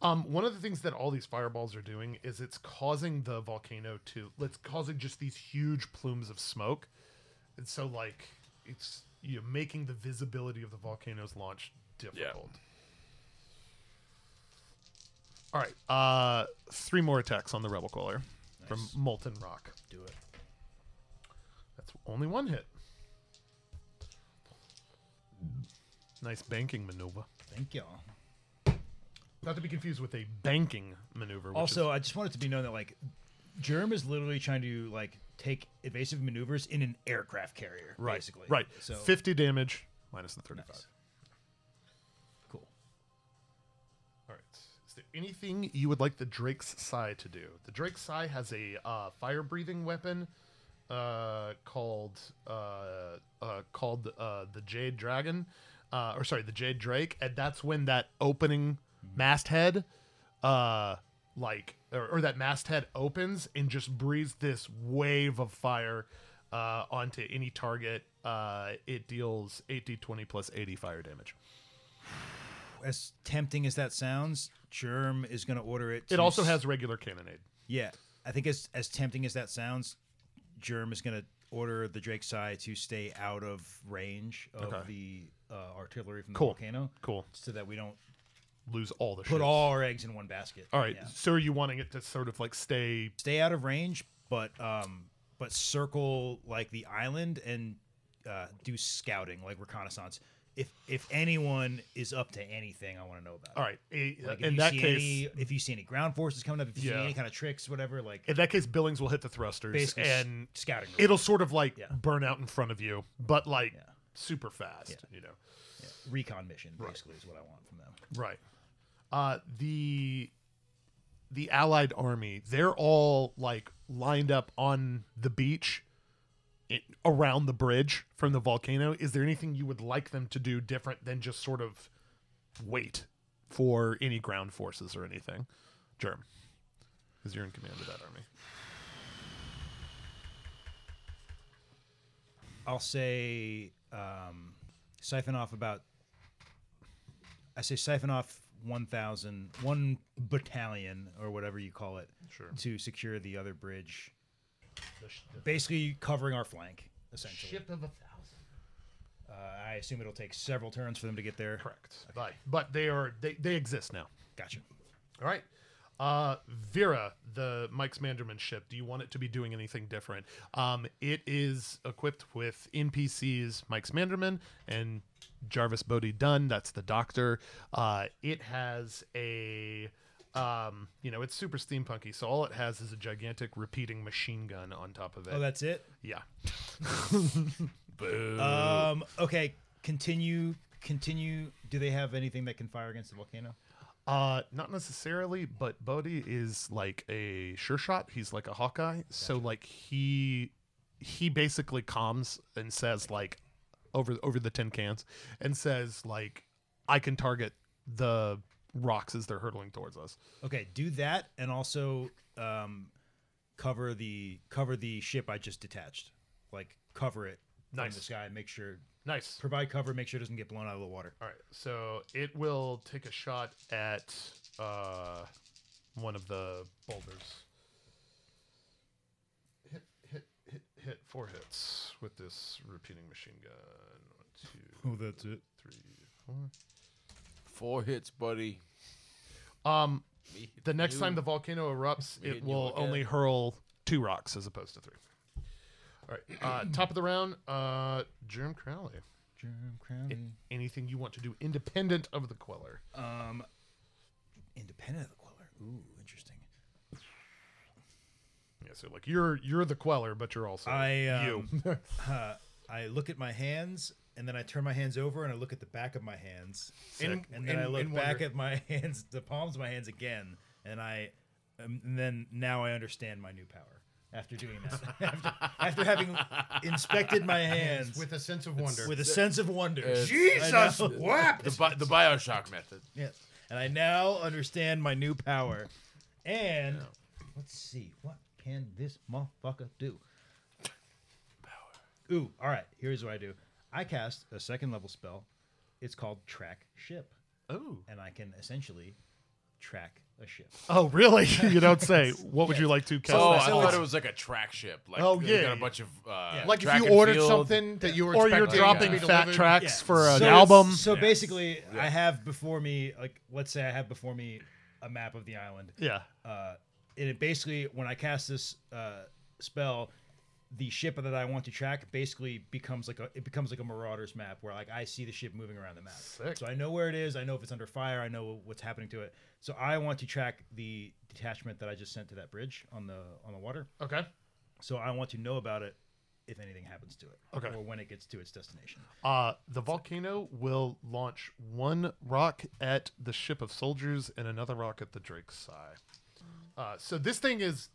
Speaker 3: Um, one of the things that all these fireballs are doing is it's causing the volcano to it's causing just these huge plumes of smoke, and so like it's you know, making the visibility of the volcano's launch difficult. All right, uh, three more attacks on the rebel caller from molten rock.
Speaker 6: Do it.
Speaker 3: That's only one hit. Nice banking maneuver.
Speaker 6: Thank y'all.
Speaker 3: Not to be confused with a banking maneuver. Which
Speaker 6: Also,
Speaker 3: is,
Speaker 6: I just wanted to be known that like, germ is literally trying to like take evasive maneuvers in an aircraft carrier,
Speaker 3: right,
Speaker 6: basically.
Speaker 3: right,
Speaker 6: So
Speaker 3: fifty damage minus the thirty-five.
Speaker 6: Nice. Cool.
Speaker 3: All right. Is there anything you would like the Drake's Sigh to do? The Drake's Sigh has a uh, fire-breathing weapon uh, called uh, uh, called uh, the Jade Dragon, uh, or sorry, the Jade Drake, and that's when that opening masthead, uh, like or, or that masthead opens and just breathes this wave of fire uh, onto any target. Uh, it deals 8d20 plus 80 fire damage.
Speaker 6: as tempting as that sounds, germ is going to order it.
Speaker 3: It
Speaker 6: to
Speaker 3: also
Speaker 6: s-
Speaker 3: has regular cannonade.
Speaker 6: Yeah, I think as as tempting as that sounds, Germ is going to order the Drake Psy to stay out of range of
Speaker 3: Okay.
Speaker 6: the uh, artillery from the
Speaker 3: Cool.
Speaker 6: volcano.
Speaker 3: Cool.
Speaker 6: So that we don't
Speaker 3: lose all the
Speaker 6: put
Speaker 3: ships.
Speaker 6: all our eggs in one basket.
Speaker 3: all right
Speaker 6: Yeah.
Speaker 3: so are you wanting it to sort of like stay
Speaker 6: Stay out of range, but um, but circle like the island and uh, do scouting, like reconnaissance. If if anyone is up to anything, I want to know about.
Speaker 3: all right eh,
Speaker 6: It. Like E if
Speaker 3: in
Speaker 6: you
Speaker 3: that
Speaker 6: see
Speaker 3: case
Speaker 6: any, if you see any ground forces coming up, if you see
Speaker 3: Yeah.
Speaker 6: any kind of tricks, whatever, like
Speaker 3: in that case billings will hit the thrusters
Speaker 6: basically s-
Speaker 3: and
Speaker 6: scouting.
Speaker 3: it'll sort of like
Speaker 6: Yeah.
Speaker 3: burn out in front of you but like
Speaker 6: Yeah.
Speaker 3: super fast you know
Speaker 6: recon mission basically is what I want from them.
Speaker 3: Right. Uh, the the Allied army, they're all like lined up on the beach it, around the bridge from the volcano. Is there anything you would like them to do different than just sort of wait for any ground forces or anything? Germ, because you're in command of that army.
Speaker 6: I'll say um, siphon off about. I say siphon off 1,000, one battalion or whatever you call it,
Speaker 3: Sure.
Speaker 6: to secure the other bridge. Basically, covering our flank essentially.
Speaker 3: of a thousand.
Speaker 6: Uh, I assume it'll take several turns for them to get there.
Speaker 3: Correct. But but they are they, they exist now.
Speaker 6: Gotcha.
Speaker 3: All right. Uh, Vera, the Mike's Manderman ship, do you want it to be doing anything different? Um, it is equipped with NPCs Mike's Manderman and Jarvis Bodie Dunn. That's the doctor. Uh, it has a, um, you know, it's super steampunky. So all it has is a gigantic repeating machine gun on top of it.
Speaker 6: Oh, that's it?
Speaker 3: Yeah.
Speaker 8: Boo.
Speaker 6: Um, okay, continue. Continue. Do they have anything that can fire against the volcano?
Speaker 3: Uh, not necessarily, but Bodhi is like a sure shot. He's like a Hawkeye, so like he he basically calms and says like over over the tin cans and says like I can target the rocks as they're hurtling towards us.
Speaker 6: Okay, do that and also um, cover the cover the ship I just detached. Like cover it
Speaker 3: Nice.
Speaker 6: from the sky. and Make sure
Speaker 3: Nice.
Speaker 6: provide cover. Make sure it doesn't get blown out of the water.
Speaker 3: All right, so it will take a shot at uh one of the boulders. Hit hit hit hit four hits with this repeating machine gun. One, two,
Speaker 6: Oh, that's it.
Speaker 3: three, four.
Speaker 7: Four hits, buddy.
Speaker 3: Um,
Speaker 7: Me
Speaker 3: the
Speaker 7: and
Speaker 3: next time
Speaker 7: you.
Speaker 3: the volcano erupts,
Speaker 7: Me
Speaker 3: it
Speaker 7: and you
Speaker 3: will
Speaker 7: again.
Speaker 3: only hurl two rocks as opposed to three. All right, uh, top of the round, uh, Germ Crowley.
Speaker 6: Germ Crowley.
Speaker 3: Anything you want to do independent of the Queller?
Speaker 4: Uh,
Speaker 6: Um, independent of the queller. Ooh, interesting.
Speaker 3: Yeah, so like you're you're the Queller, but you're also
Speaker 6: I um,
Speaker 3: you.
Speaker 6: uh, I look at my hands and then I turn my hands over and I look at the back of my hands and,
Speaker 3: Sick.
Speaker 6: then I
Speaker 3: And-
Speaker 6: look
Speaker 3: and
Speaker 6: back
Speaker 3: wonder.
Speaker 6: at my hands, the palms of my hands again, and I um, and then now I understand my new power after doing that after, after having inspected my hands
Speaker 4: with a sense of wonder.
Speaker 6: with a sense of wonder.
Speaker 8: It's-
Speaker 6: Jesus,
Speaker 8: what? The, bi- the Bioshock method.
Speaker 6: Yes, and I now understand my new power. And let's see, what can this motherfucker do? Power. Ooh, all right. Here's what I do. I cast a second level spell. It's called Track Ship,
Speaker 3: oh.
Speaker 6: and I can essentially track a ship.
Speaker 3: Oh, really? you don't say. What would you like to cast?
Speaker 8: Oh, I
Speaker 3: next?
Speaker 8: thought it was like a track ship. Like,
Speaker 3: Oh,
Speaker 8: they
Speaker 3: yeah.
Speaker 8: got a bunch of uh,
Speaker 11: Like if
Speaker 8: track
Speaker 11: you
Speaker 8: and
Speaker 11: ordered
Speaker 8: field.
Speaker 11: something that you were
Speaker 3: or you're
Speaker 11: expecting
Speaker 3: dropping
Speaker 11: to be
Speaker 3: fat
Speaker 11: delivered.
Speaker 3: tracks for an
Speaker 6: So-
Speaker 3: album.
Speaker 6: So basically, I have before me, like, let's say I have before me a map of the island.
Speaker 3: yeah.
Speaker 6: uh, and it basically when I cast this uh, spell, the ship that I want to track basically becomes like a it becomes like a marauder's map where like I see the ship moving around the map.
Speaker 3: Sick.
Speaker 6: So I know where it is. I know if it's under fire. I know what's happening to it. So I want to track the detachment that I just sent to that bridge on the on the water.
Speaker 3: Okay.
Speaker 6: So I want to know about it if anything happens to it.
Speaker 3: Okay.
Speaker 6: Or when it gets to its destination.
Speaker 3: Uh, the volcano will launch one rock at the ship of soldiers and another rock at the Drake's Sigh. Uh, so this thing is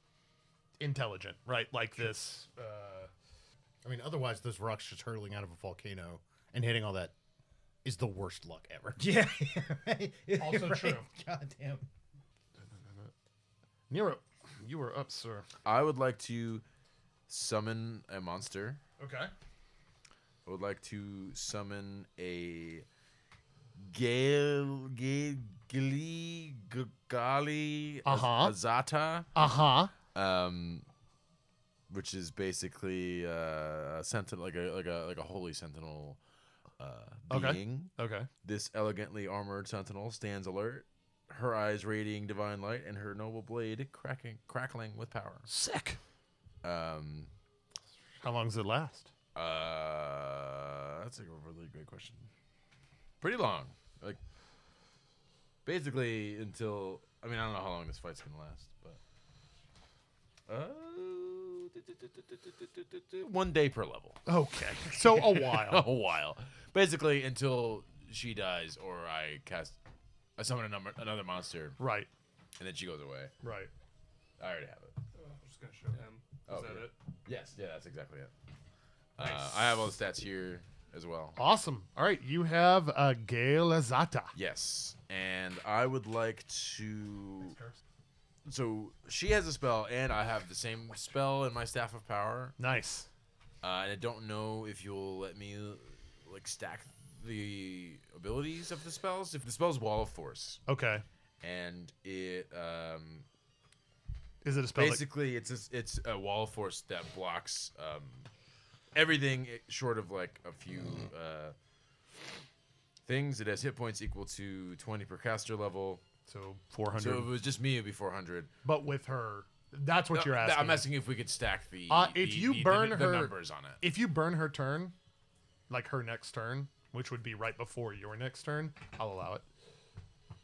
Speaker 3: intelligent, right? Like this. Uh,
Speaker 4: I mean, otherwise, those rocks just hurtling out of a volcano and hitting all that is the worst luck ever.
Speaker 6: Yeah. right.
Speaker 3: Also true.
Speaker 6: God damn.
Speaker 3: Nero, you were up, sir.
Speaker 7: I would like to summon a monster.
Speaker 3: Okay.
Speaker 7: I would like to summon a Gale, Gale, Gili, Gali,
Speaker 3: Uh-huh.
Speaker 7: Azata,
Speaker 3: Uh huh.
Speaker 7: um, which is basically uh, a sentinel, like a like a like a holy sentinel uh,
Speaker 3: Okay.
Speaker 7: being.
Speaker 3: Okay.
Speaker 7: This elegantly armored sentinel stands alert, her eyes radiating divine light, and her noble blade cracking, crackling with power.
Speaker 3: Sick.
Speaker 7: Um,
Speaker 3: How long does it last?
Speaker 7: uh, that's a really great question. Pretty long, like basically until I mean I don't know how long this fight's gonna last, but uh, one day per level,
Speaker 3: Okay. So a
Speaker 7: a
Speaker 3: while.
Speaker 7: while, basically until she dies or I cast, I summon another another monster
Speaker 3: right.
Speaker 7: and then she goes away.
Speaker 3: Right.
Speaker 7: I already have it.
Speaker 9: Oh, I'm just gonna show him. Is
Speaker 7: Oh,
Speaker 9: that
Speaker 7: yeah.
Speaker 9: it?
Speaker 7: Yes, yeah, that's exactly it. Uh, I have all the stats here as well.
Speaker 3: Awesome. All right. You have uh, Gale Azata.
Speaker 7: Yes, and I would like to. So she has a spell, and I have the same spell in my staff of power.
Speaker 3: Nice.
Speaker 7: Uh, and I don't know if you'll let me like stack the abilities of the spells. If the spell's Wall of Force,
Speaker 3: Okay.
Speaker 7: and it um,
Speaker 3: Is it a spell? that-
Speaker 7: basically it's a, it's a wall of force that blocks um, everything i- short of like a few uh, things. It has hit points equal to 20 per caster level.
Speaker 3: So 400.
Speaker 7: So if it was just me, it'd be 400.
Speaker 3: But with her, that's what
Speaker 7: No,
Speaker 3: you're
Speaker 7: th-
Speaker 3: asking.
Speaker 7: I'm asking if we could stack the.
Speaker 3: Uh, if
Speaker 7: the-
Speaker 3: you
Speaker 7: the- the-
Speaker 3: burn
Speaker 7: the
Speaker 3: her
Speaker 7: numbers on it.
Speaker 3: If you burn her turn, like her next turn, which would be right before your next turn, I'll allow it.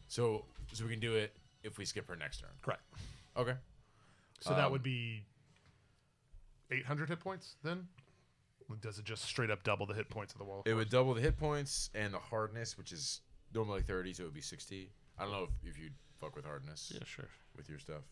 Speaker 7: So so we can do it if we skip her next turn.
Speaker 3: Correct.
Speaker 7: Okay.
Speaker 3: So that
Speaker 7: Um,
Speaker 3: would be 800 hit points then? Does it just straight up double the hit points of the wall?
Speaker 7: It would double the hit points and the hardness, which is normally 30, so it would be 60. I don't know if, if you'd fuck with hardness. Yeah,
Speaker 8: sure.
Speaker 7: With your stuff.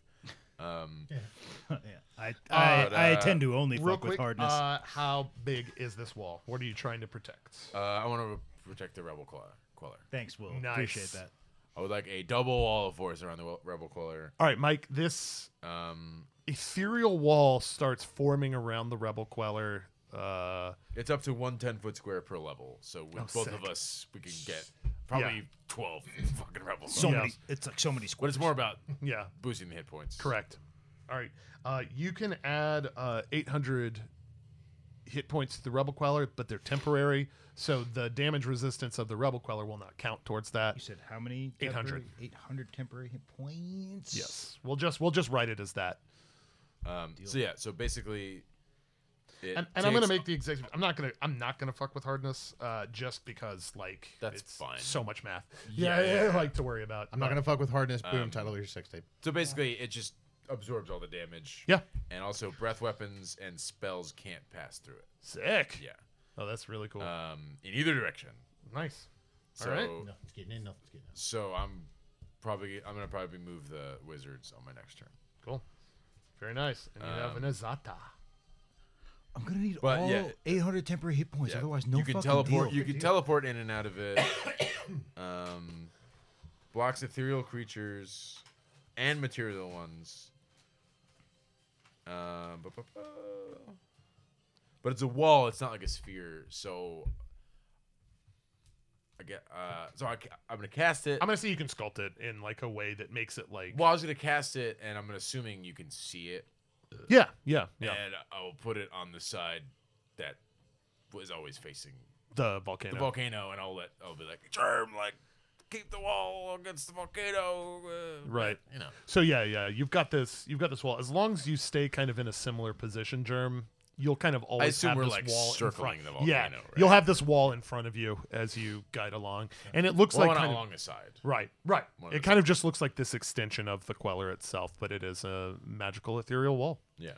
Speaker 7: Um,
Speaker 10: Yeah. I- I- I tend to only
Speaker 3: Oh, Real
Speaker 10: fuck with
Speaker 3: quick,
Speaker 10: hardness.
Speaker 3: Uh, how big is this wall? What are you trying to protect?
Speaker 7: Uh, I want to protect the Rebel Queller. queller.
Speaker 10: Thanks, Will.
Speaker 3: Nice. Appreciate that.
Speaker 7: I would like a double wall of force around the wel- Rebel Queller.
Speaker 3: All right, Mike, this
Speaker 7: um,
Speaker 3: ethereal wall starts forming around the Rebel Queller. Uh,
Speaker 7: It's up to one 10 foot square per level. So with
Speaker 3: Oh,
Speaker 7: both
Speaker 3: sick.
Speaker 7: of us, we can get probably 12 fucking Rebels.
Speaker 3: So many-
Speaker 10: It's like so many
Speaker 7: But
Speaker 10: squares.
Speaker 7: it's more about
Speaker 3: Yeah.
Speaker 7: boosting the hit points.
Speaker 3: Correct. All right. Uh, you can add uh, 800 hit points to the Rebel Queller, but they're temporary. So the damage resistance of the Rebel Queller will not count towards that. You
Speaker 10: said how many?
Speaker 3: 800.
Speaker 10: Eight hundred temporary hit points.
Speaker 3: Yes. We'll just we'll just write it as that.
Speaker 7: Um, so yeah, so basically. it
Speaker 3: And, and I'm gonna
Speaker 7: takes-
Speaker 3: make the executive. I'm not gonna. I'm not gonna fuck with hardness, uh, just because like
Speaker 7: That's
Speaker 3: it's
Speaker 7: fine.
Speaker 3: So much math.
Speaker 7: Yeah,
Speaker 3: Yeah,
Speaker 7: yeah,
Speaker 3: yeah,
Speaker 7: yeah.
Speaker 3: like to worry about.
Speaker 4: I'm not gonna fuck with hardness. Boom,
Speaker 7: Um,
Speaker 4: title of your sex tape.
Speaker 7: So basically, it just absorbs all the damage.
Speaker 4: Yeah.
Speaker 7: And also, breath weapons and spells can't pass through it.
Speaker 3: uh, Sick.
Speaker 7: Yeah.
Speaker 3: Oh, that's really cool.
Speaker 7: Um, in either direction.
Speaker 3: Nice. All
Speaker 7: So,
Speaker 3: right.
Speaker 4: Nothing's getting in. Nothing's getting out.
Speaker 7: So I'm probably I'm gonna probably move the wizards on my next turn.
Speaker 3: Cool. Very nice. And you have an Azata.
Speaker 10: I'm gonna need
Speaker 7: But
Speaker 10: all
Speaker 7: yeah.
Speaker 10: 800 temporary hit points.
Speaker 7: Yeah,
Speaker 10: Otherwise, no
Speaker 7: you can
Speaker 10: fucking
Speaker 7: teleport.
Speaker 10: deal.
Speaker 7: You can teleport in and out of it. um, blocks ethereal creatures and material ones. Um, bu- bu- bu- but it's a wall. It's not like a sphere. So I get. Uh, so I, ca- I'm gonna cast it.
Speaker 3: I'm gonna see you can sculpt it in like a way that makes it like.
Speaker 7: Well, I was gonna cast it, and I'm assuming you can see it.
Speaker 3: Yeah, yeah, yeah.
Speaker 7: And I will put it on the side that was always facing
Speaker 3: The volcano.
Speaker 7: The volcano, and I'll let I'll be like germ, like keep the wall against the volcano. uh,
Speaker 3: Right.
Speaker 7: You know.
Speaker 3: So yeah, yeah. You've got this. You've got this wall. As long as you stay kind of in a similar position, Germ, you'll kind of always
Speaker 7: assume
Speaker 3: have
Speaker 7: we're,
Speaker 3: this
Speaker 7: like,
Speaker 3: wall
Speaker 7: circling
Speaker 3: in front.
Speaker 7: the
Speaker 3: Yeah,
Speaker 7: volcano, right?
Speaker 3: you'll have this wall in front of you as you guide along, and it looks
Speaker 7: Well,
Speaker 3: like
Speaker 7: not
Speaker 3: kind of-
Speaker 7: along the side.
Speaker 3: Right. Right.
Speaker 7: One of
Speaker 3: It
Speaker 7: the
Speaker 3: kind of just looks like this extension of the queller itself, but it is a magical ethereal wall.
Speaker 7: Yeah.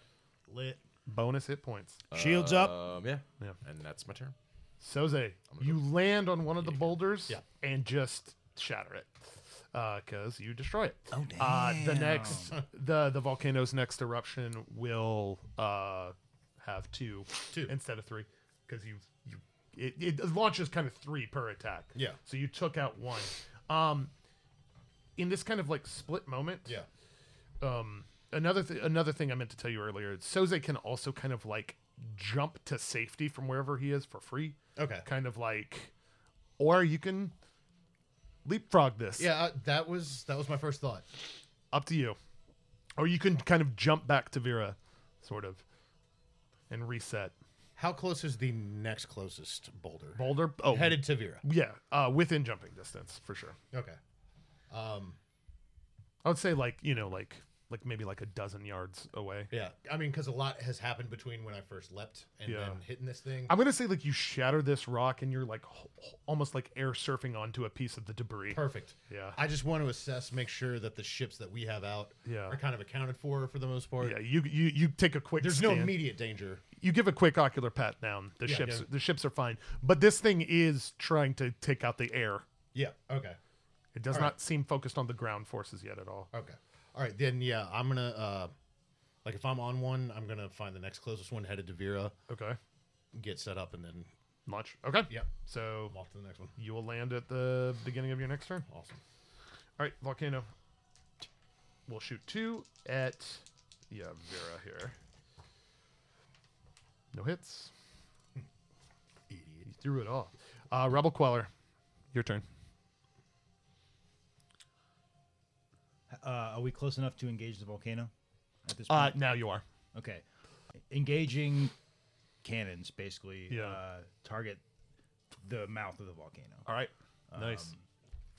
Speaker 10: Lit.
Speaker 3: Bonus hit points.
Speaker 10: Shields up.
Speaker 7: Um, yeah.
Speaker 3: Yeah.
Speaker 7: And that's my turn.
Speaker 3: Soze, you land on one of the boulders and just shatter it because you destroy it. Oh, damn. Uh, the next, the the volcano's next eruption will uh, have two, two instead of three because you you it, it launches kind of three per attack.
Speaker 4: Yeah.
Speaker 3: So you took out one. Um, in this kind of like split moment.
Speaker 4: Yeah.
Speaker 3: Um, another th- another thing I meant to tell you earlier, Soze can also kind of like jump to safety from wherever he is for free.
Speaker 4: Okay.
Speaker 3: Kind of like, or you can leapfrog this.
Speaker 4: Yeah, uh, that was that was my first thought.
Speaker 3: Up to you. Or you can kind of jump back to Vera, sort of, and reset.
Speaker 4: How close is the next closest boulder?
Speaker 3: Boulder. Oh,
Speaker 4: headed to Vera.
Speaker 3: Yeah, uh, within jumping distance for sure.
Speaker 4: Okay. Um.
Speaker 3: I would say like you know like like maybe like a dozen yards away.
Speaker 4: Yeah. I mean, because a lot has happened between when I first leapt and
Speaker 3: Yeah.
Speaker 4: then hitting this thing.
Speaker 3: I'm gonna say like you shatter this rock and you're like h- h- almost like air surfing onto a piece of the debris.
Speaker 4: Perfect.
Speaker 3: Yeah.
Speaker 4: I just want to assess, make sure that the ships that we have out
Speaker 3: Yeah.
Speaker 4: are kind of accounted for for the most part.
Speaker 3: Yeah, you you you take a quick.
Speaker 4: There's no
Speaker 3: stand.
Speaker 4: immediate danger.
Speaker 3: You give a quick ocular pat down. The
Speaker 4: Yeah,
Speaker 3: ships
Speaker 4: yeah.
Speaker 3: the ships are fine, but this thing is trying to take out the air.
Speaker 4: Yeah. Okay.
Speaker 3: It does
Speaker 4: All right.
Speaker 3: not seem focused on the ground forces yet at all.
Speaker 4: Okay. All right. Then yeah, I'm gonna uh, like if I'm on one, I'm gonna find the next closest one headed to Vera.
Speaker 3: Okay.
Speaker 4: Get set up and then
Speaker 3: Launch. Okay.
Speaker 4: Yep.
Speaker 3: So
Speaker 4: Walk to the next one.
Speaker 3: you will land at the beginning of your next turn.
Speaker 4: Awesome.
Speaker 3: All right, volcano. We'll shoot two at yeah Vera here. No hits. Idiot. You threw it all. Uh, Rebel Queller, your turn.
Speaker 10: Uh, are we close enough to engage the volcano at this point?
Speaker 3: Uh, now you are.
Speaker 10: Okay. Engaging
Speaker 6: cannons basically
Speaker 3: Yeah.
Speaker 6: uh, target the mouth of the volcano.
Speaker 3: All right.
Speaker 4: um,
Speaker 3: Nice.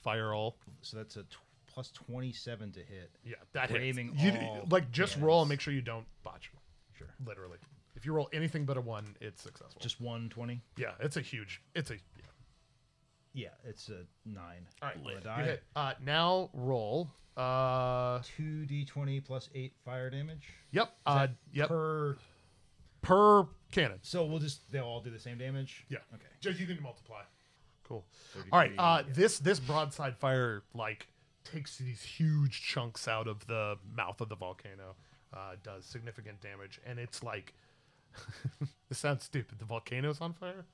Speaker 3: Fire all.
Speaker 6: So that's a t- plus 27 to hit.
Speaker 3: Yeah, that hits.
Speaker 6: Flaming
Speaker 3: You,
Speaker 6: all
Speaker 3: like just
Speaker 6: cannons.
Speaker 3: roll and make sure you don't botch.
Speaker 6: Sure.
Speaker 3: Literally, if you roll anything but a one, it's successful.
Speaker 6: Just one twenty.
Speaker 3: Yeah, it's a huge. It's a. Yeah.
Speaker 6: Yeah, it's a nine.
Speaker 3: All right,
Speaker 6: Roll a
Speaker 3: you
Speaker 6: die.
Speaker 3: hit. Uh, now roll. Uh,
Speaker 6: two d twenty plus eight fire damage.
Speaker 3: Yep.
Speaker 6: Is
Speaker 3: Uh,
Speaker 6: that
Speaker 3: yep.
Speaker 6: Per
Speaker 3: per cannon.
Speaker 6: So we'll just they'll all do the same damage.
Speaker 3: Yeah.
Speaker 6: Okay.
Speaker 3: Just you can multiply. Cool. All right. Uh, This this broadside fire like takes these huge chunks out of the mouth of the volcano, uh, does significant damage, and it's like. this sounds stupid. The volcano's on fire.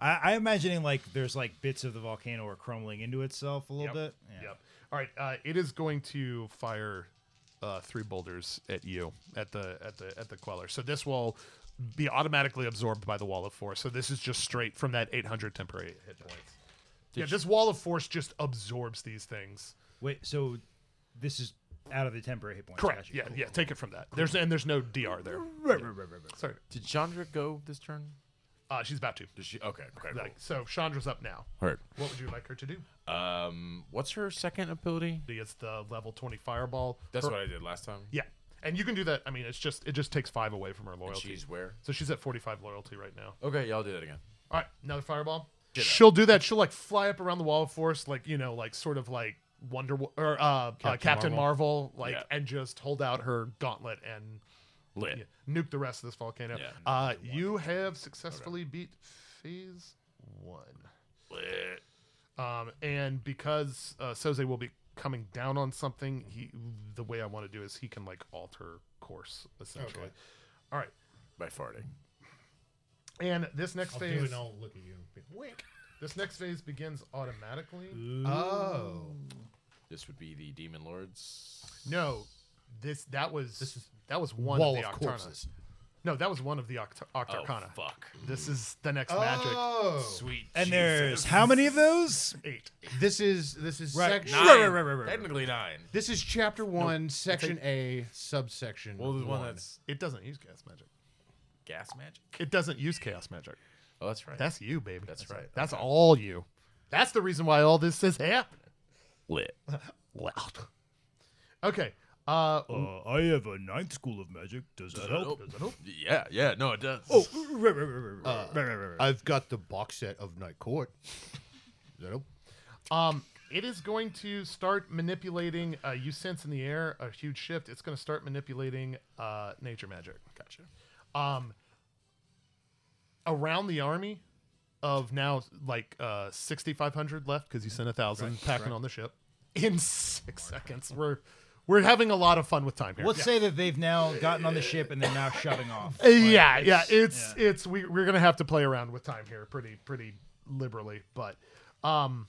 Speaker 6: I, I'm imagining like there's like bits of the volcano are crumbling into itself a little
Speaker 3: Yep.
Speaker 6: bit. Yeah.
Speaker 3: Yep. All right. Uh, it is going to fire uh, three boulders at you at the at the at the queller. So this will be automatically absorbed by the wall of force. So this is just straight from that 800 temporary hit points. yeah, this wall of force just absorbs these things.
Speaker 6: Wait. So this is out of the temporary hit points.
Speaker 3: Correct.
Speaker 6: gotcha.
Speaker 3: Yeah,
Speaker 6: Cool,
Speaker 3: yeah.
Speaker 6: cool.
Speaker 3: Take it from that. There's and there's no dr there.
Speaker 6: Right, right, right, right, right.
Speaker 3: Sorry.
Speaker 7: Did Chandra go this turn?
Speaker 3: Uh, she's about to.
Speaker 7: Did she? Okay. okay cool.
Speaker 3: Like, so Chandra's up now.
Speaker 7: Heard.
Speaker 3: What would you like her to do?
Speaker 7: Um, what's her second ability?
Speaker 3: It's the level 20 fireball.
Speaker 7: That's
Speaker 3: Her-
Speaker 7: what I did last time.
Speaker 3: Yeah, and you can do that. I mean, it's just it just takes five away from her loyalty.
Speaker 7: she's where?
Speaker 3: So she's at forty five loyalty right now.
Speaker 7: Okay, yeah, I'll do that again.
Speaker 3: All right, another fireball.
Speaker 7: Ditto.
Speaker 3: She'll do that. She'll like fly up around the wall of force, like you know, like sort of like Wonder Wo- or uh, Captain, uh,
Speaker 7: Captain
Speaker 3: Captain Marvel,
Speaker 7: Marvel.
Speaker 3: like,
Speaker 7: Yeah.
Speaker 3: and just hold out her gauntlet and
Speaker 7: Lit.
Speaker 3: yeah, nuke the rest of this volcano.
Speaker 7: Yeah.
Speaker 3: Uh, you have successfully beat phase one.
Speaker 7: Lit.
Speaker 3: Um, and because uh, Soze will be coming down on something, he the way I want to do is he can like alter course essentially.
Speaker 4: Okay.
Speaker 3: All right,
Speaker 7: By farting.
Speaker 3: and this next
Speaker 4: I'll do it
Speaker 3: phase.
Speaker 4: and I'll look at you. and be- Wink.
Speaker 3: This next phase begins automatically.
Speaker 4: Oh.
Speaker 7: This would be the Demon Lords.
Speaker 3: No, this that was that was one
Speaker 4: Wall
Speaker 3: of the Oh,
Speaker 4: of
Speaker 3: Octarna.
Speaker 4: corpses.
Speaker 3: No, that was one of the Oct- Octarcana.
Speaker 7: Oh, fuck.
Speaker 3: This is the next
Speaker 4: Oh.
Speaker 3: magic.
Speaker 7: Sweet.
Speaker 6: And there's how many of those?
Speaker 3: Eight.
Speaker 11: This is this is
Speaker 6: Right.
Speaker 11: section.
Speaker 6: Nine. Right, right, right, right, right, right.
Speaker 7: Technically nine.
Speaker 11: This is chapter one, section A, subsection.
Speaker 7: Well, there's
Speaker 11: one.
Speaker 7: one that's
Speaker 3: It doesn't use chaos magic.
Speaker 7: gas magic.
Speaker 3: It doesn't use chaos magic.
Speaker 7: Oh, that's right.
Speaker 3: That's you, baby.
Speaker 7: That's right.
Speaker 3: That's all you. That's the reason why all this is happening.
Speaker 7: lit.
Speaker 3: Loud. Okay. Uh,
Speaker 6: Uh, I have a ninth school of magic. Does that help?
Speaker 7: Yeah, yeah. No, it does.
Speaker 6: Oh, right, right, right, right, right, right, right, right, right.
Speaker 4: I've got the box set of Night Court. Nope.
Speaker 3: Um, it is going to start manipulating. Uh, you sense in the air a huge shift. It's going to start manipulating uh, nature magic. Gotcha. Um, around the army of now like uh, 6,500 left because you sent a thousand packing on the ship in six seconds. We're we're having a lot of fun with time here.
Speaker 6: Let's say that they've now gotten on the ship and they're now shoving off.
Speaker 3: Uh, yeah, yeah, it's it's we, we're gonna have to play around with time here pretty pretty liberally, but um,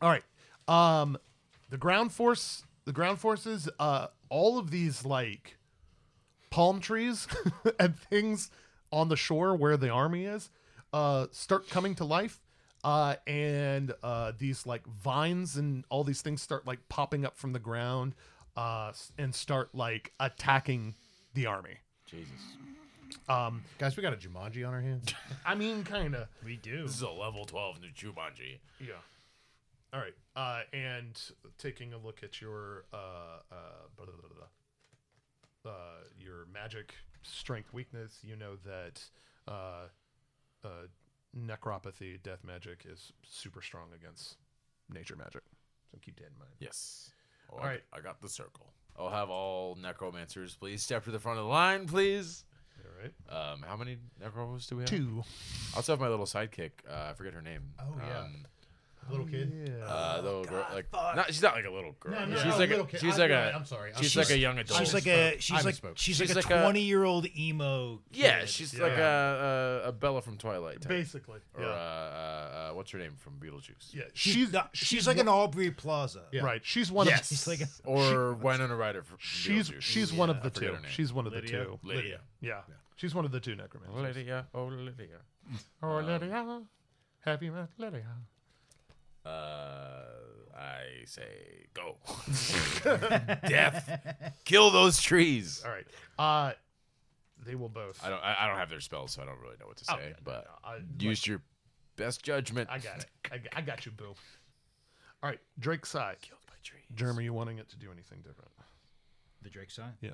Speaker 3: all right, um, the ground force, the ground forces, uh, all of these like palm trees and things on the shore where the army is, uh, start coming to life. Uh, and uh, these like vines and all these things start like popping up from the ground uh, s- and start like attacking the army.
Speaker 7: Jesus.
Speaker 3: Um,
Speaker 4: Guys, we got a Jumanji on our hands.
Speaker 3: I mean, kind of.
Speaker 6: We do.
Speaker 7: This is a level 12 new Jumanji.
Speaker 3: Yeah. All right. Uh, and taking a look at your uh, uh, blah, blah, blah, blah, blah. uh, your magic strength weakness, you know that uh, uh, necropathy, death magic is super strong against nature magic. So keep that in mind.
Speaker 7: Yes. Oh,
Speaker 3: All
Speaker 7: all
Speaker 3: right.
Speaker 7: right. I got the circle. I'll have all necromancers, please step to the front of the line, please.
Speaker 3: All right.
Speaker 7: Um, how many necromancers do we have?
Speaker 3: Two.
Speaker 7: I also have my little sidekick. Uh, I forget her name. Oh
Speaker 4: yeah.
Speaker 7: Um,
Speaker 4: Little kid.
Speaker 7: uh, little girl, like not, she's not like a little girl.
Speaker 4: No, no,
Speaker 7: she's
Speaker 4: no,
Speaker 7: like
Speaker 4: little
Speaker 7: a,
Speaker 4: kid.
Speaker 7: she's
Speaker 4: I'm
Speaker 7: like
Speaker 4: right,
Speaker 7: a
Speaker 4: I'm sorry, I'm
Speaker 7: she's
Speaker 4: sorry.
Speaker 7: like a young adult.
Speaker 6: She's like a she's
Speaker 4: I
Speaker 6: like
Speaker 4: misspoke.
Speaker 6: she's,
Speaker 7: She's
Speaker 6: like
Speaker 7: like
Speaker 6: a
Speaker 7: a-
Speaker 6: twenty year old emo.
Speaker 7: yeah,
Speaker 6: kid.
Speaker 7: she's like a, a a Bella from Twilight. Type.
Speaker 3: Basically.
Speaker 7: Or
Speaker 3: yeah.
Speaker 7: uh, uh, uh, what's her name from Beetlejuice?
Speaker 3: yeah.
Speaker 6: she's
Speaker 3: She's,
Speaker 6: not- she's, like an Aubrey Plaza.
Speaker 3: Right. She's one
Speaker 6: Yes.
Speaker 3: of
Speaker 6: She's like a,
Speaker 7: Or Winona Ryder from
Speaker 3: She's
Speaker 7: Beetlejuice.
Speaker 3: she's one of
Speaker 7: I
Speaker 3: the
Speaker 7: forget
Speaker 3: two.
Speaker 7: her name.
Speaker 3: She's one of the
Speaker 6: Lydia?
Speaker 3: two.
Speaker 7: Lydia.
Speaker 3: Yeah. She's one of the two necromancers.
Speaker 7: Lydia. Oh Lydia.
Speaker 3: Or Lydia. Have you met Lydia?
Speaker 7: Uh, I say go. Death. Kill those trees.
Speaker 3: All right. Uh, They will both.
Speaker 7: I don't. I, I don't have their spells, so I don't really know what to say.
Speaker 3: Oh, yeah, no,
Speaker 7: but
Speaker 3: no, I-
Speaker 7: use your best judgment.
Speaker 3: I got it. I got, I got you, boo. All right, Drake's side. Killed by trees. Germ, are you wanting it to do anything different?
Speaker 6: The Drake side?
Speaker 3: Yeah.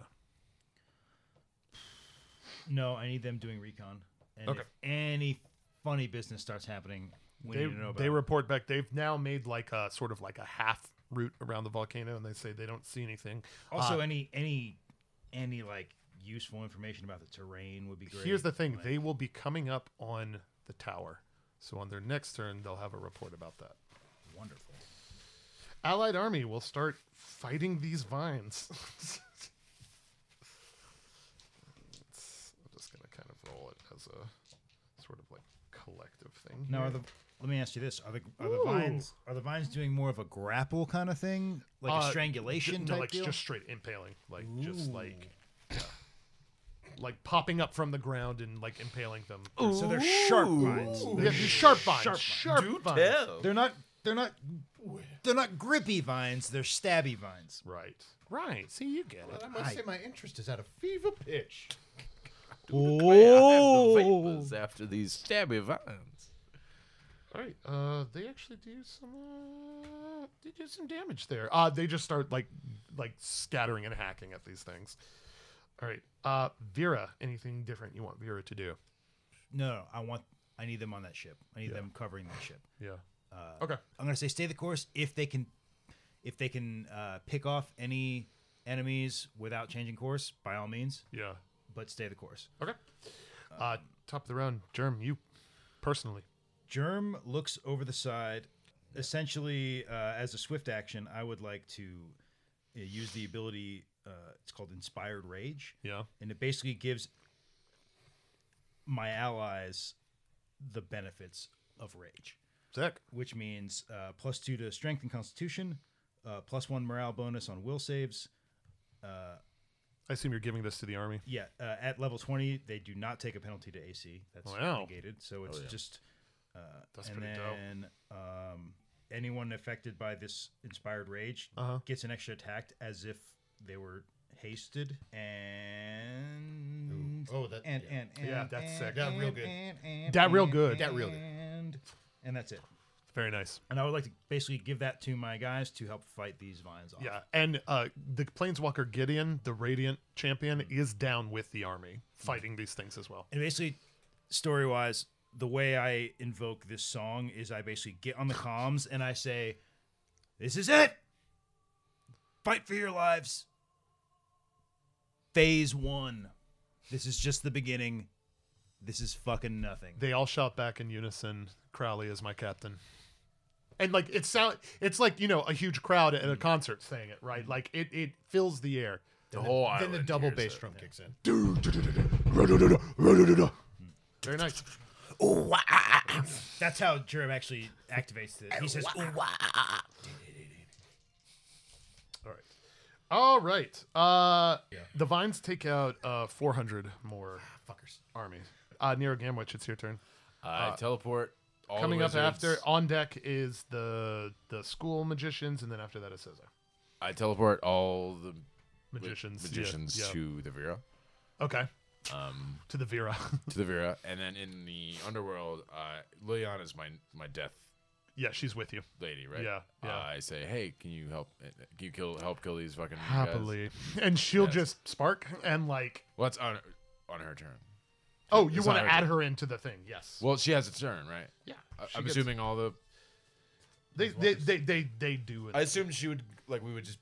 Speaker 6: No, I need them doing recon. And
Speaker 3: Okay.
Speaker 6: if any funny business starts happening, we
Speaker 3: they
Speaker 6: need to know about
Speaker 3: they
Speaker 6: it.
Speaker 3: report back. They've now made like a sort of like a half route around the volcano, and they say they don't see anything.
Speaker 6: Also,
Speaker 3: Uh,
Speaker 6: any any any like useful information about the terrain would be great.
Speaker 3: Here's the thing:
Speaker 6: Like,
Speaker 3: they will be coming up on the tower, so on their next turn they'll have a report about that.
Speaker 6: wonderful.
Speaker 3: Allied army will start fighting these vines. It's- I'm just gonna kind of roll it as a sort of like collective thing.
Speaker 6: Now,
Speaker 3: here.
Speaker 6: are the let me ask you this: Are the are
Speaker 3: Ooh.
Speaker 6: the vines are the vines doing more of a grapple kind of thing, like
Speaker 3: Uh,
Speaker 6: a strangulation?
Speaker 3: d- No,
Speaker 6: type
Speaker 3: like
Speaker 6: deal?
Speaker 3: just straight impaling, like just like, yeah. like popping up from the ground and like impaling them.
Speaker 6: So they're sharp vines.
Speaker 3: Yeah, these sharp vines. Sharp, vines.
Speaker 6: They're not. They're not. They're not grippy vines. They're stabby vines.
Speaker 3: Right. Right. See, you get
Speaker 4: Well,
Speaker 3: it.
Speaker 4: I must
Speaker 6: I-
Speaker 4: say my interest is at a fever pitch.
Speaker 7: Oh, vapors after these stabby vines.
Speaker 3: All right. Uh, they actually do some. Uh, they do some damage there. Uh, they just start like, like scattering and hacking at these things. All right. Uh, Vera, anything different you want Vera to do?
Speaker 6: No, no, I want. I need them on that ship. I need them covering that ship.
Speaker 3: Yeah.
Speaker 6: Uh,
Speaker 3: Okay.
Speaker 6: I'm gonna say stay the course if they can, if they can uh, pick off any enemies without changing course. By all means,
Speaker 3: Yeah.
Speaker 6: but stay the course.
Speaker 3: Okay. Uh, top of the round, Germ. You, personally.
Speaker 6: Germ looks over the side. Essentially, uh, as a swift action, I would like to uh, use the ability. Uh, it's called Inspired Rage.
Speaker 3: Yeah.
Speaker 6: And it basically gives my allies the benefits of rage,
Speaker 3: Sick.
Speaker 6: which means uh, plus two to strength and constitution, uh, plus one morale bonus on will saves. Uh,
Speaker 3: I assume you're giving this to the army.
Speaker 6: yeah, uh, at level 20, they do not take a penalty to AC. That's
Speaker 3: Wow. Oh,
Speaker 6: negated. So it's
Speaker 7: yeah.
Speaker 6: just. Uh,
Speaker 3: That's
Speaker 6: and
Speaker 3: pretty dope.
Speaker 6: then um, anyone affected by this inspired rage
Speaker 3: Uh-huh.
Speaker 6: gets an extra attack as if they were hasted. And.
Speaker 4: Oh, that-
Speaker 6: And,
Speaker 4: yeah.
Speaker 6: and, and,
Speaker 3: Yeah, that's
Speaker 6: and,
Speaker 3: sick.
Speaker 4: That real
Speaker 6: and,
Speaker 4: good.
Speaker 6: And, and,
Speaker 3: That real
Speaker 6: and,
Speaker 3: good.
Speaker 4: That real good.
Speaker 6: And, and that's it.
Speaker 3: Very nice.
Speaker 6: And I would like to basically give that to my guys to help fight these vines off.
Speaker 3: Yeah, and uh, the planeswalker Gideon, the Radiant Champion, is down with the army fighting these things as well.
Speaker 6: And basically, story wise, the way I invoke this song is I basically get on the comms and I say, This is it! Fight for your lives. Phase one. This is just the beginning. This is fucking nothing.
Speaker 3: They all shout back in unison, "Crowley is my captain." And like it sound, it's like you know a huge crowd at a concert saying it, right? Like it, it fills the air.
Speaker 7: Hmm. The whole island.
Speaker 4: Then the double
Speaker 7: hears
Speaker 4: bass
Speaker 7: it.
Speaker 4: drum kicks in.
Speaker 3: Very nice.
Speaker 6: That's how Jerem actually activates it. He says, "Oh." "Ooh, wah."
Speaker 3: All right, all right. Uh, The vines take out uh 400 more
Speaker 7: Ah,
Speaker 4: Fuckers.
Speaker 3: army. Uh, Nero Gamwich, it's your turn.
Speaker 7: I teleport. All the
Speaker 3: Uh, Coming up after
Speaker 7: wizards-
Speaker 3: on deck is the the school magicians, and then after that it says
Speaker 7: I teleport all the
Speaker 3: magicians. yeah,
Speaker 7: magicians
Speaker 3: yeah.
Speaker 7: to the Vera.
Speaker 3: Okay. Um, to the Vera.
Speaker 7: to the Vera, and then in the underworld, uh, Liliana is my my death
Speaker 3: yeah, she's with you.
Speaker 7: lady, right?
Speaker 3: Yeah, yeah.
Speaker 7: Uh, I say, hey, can you help? uh, Can you kill help kill these fucking Guys?
Speaker 3: Happily. And she'll
Speaker 7: Yes.
Speaker 3: just spark and like
Speaker 7: Well, it's on on her turn.
Speaker 3: Oh, you
Speaker 7: It's
Speaker 3: want
Speaker 7: not
Speaker 3: to
Speaker 7: her
Speaker 3: add
Speaker 7: turn.
Speaker 3: her into the thing, yes.
Speaker 7: Well, she has a turn, right?
Speaker 3: yeah.
Speaker 7: I,
Speaker 3: she
Speaker 7: I'm
Speaker 3: gets-
Speaker 7: assuming all the
Speaker 3: they they, they they they do it.
Speaker 7: I assume she would like we would just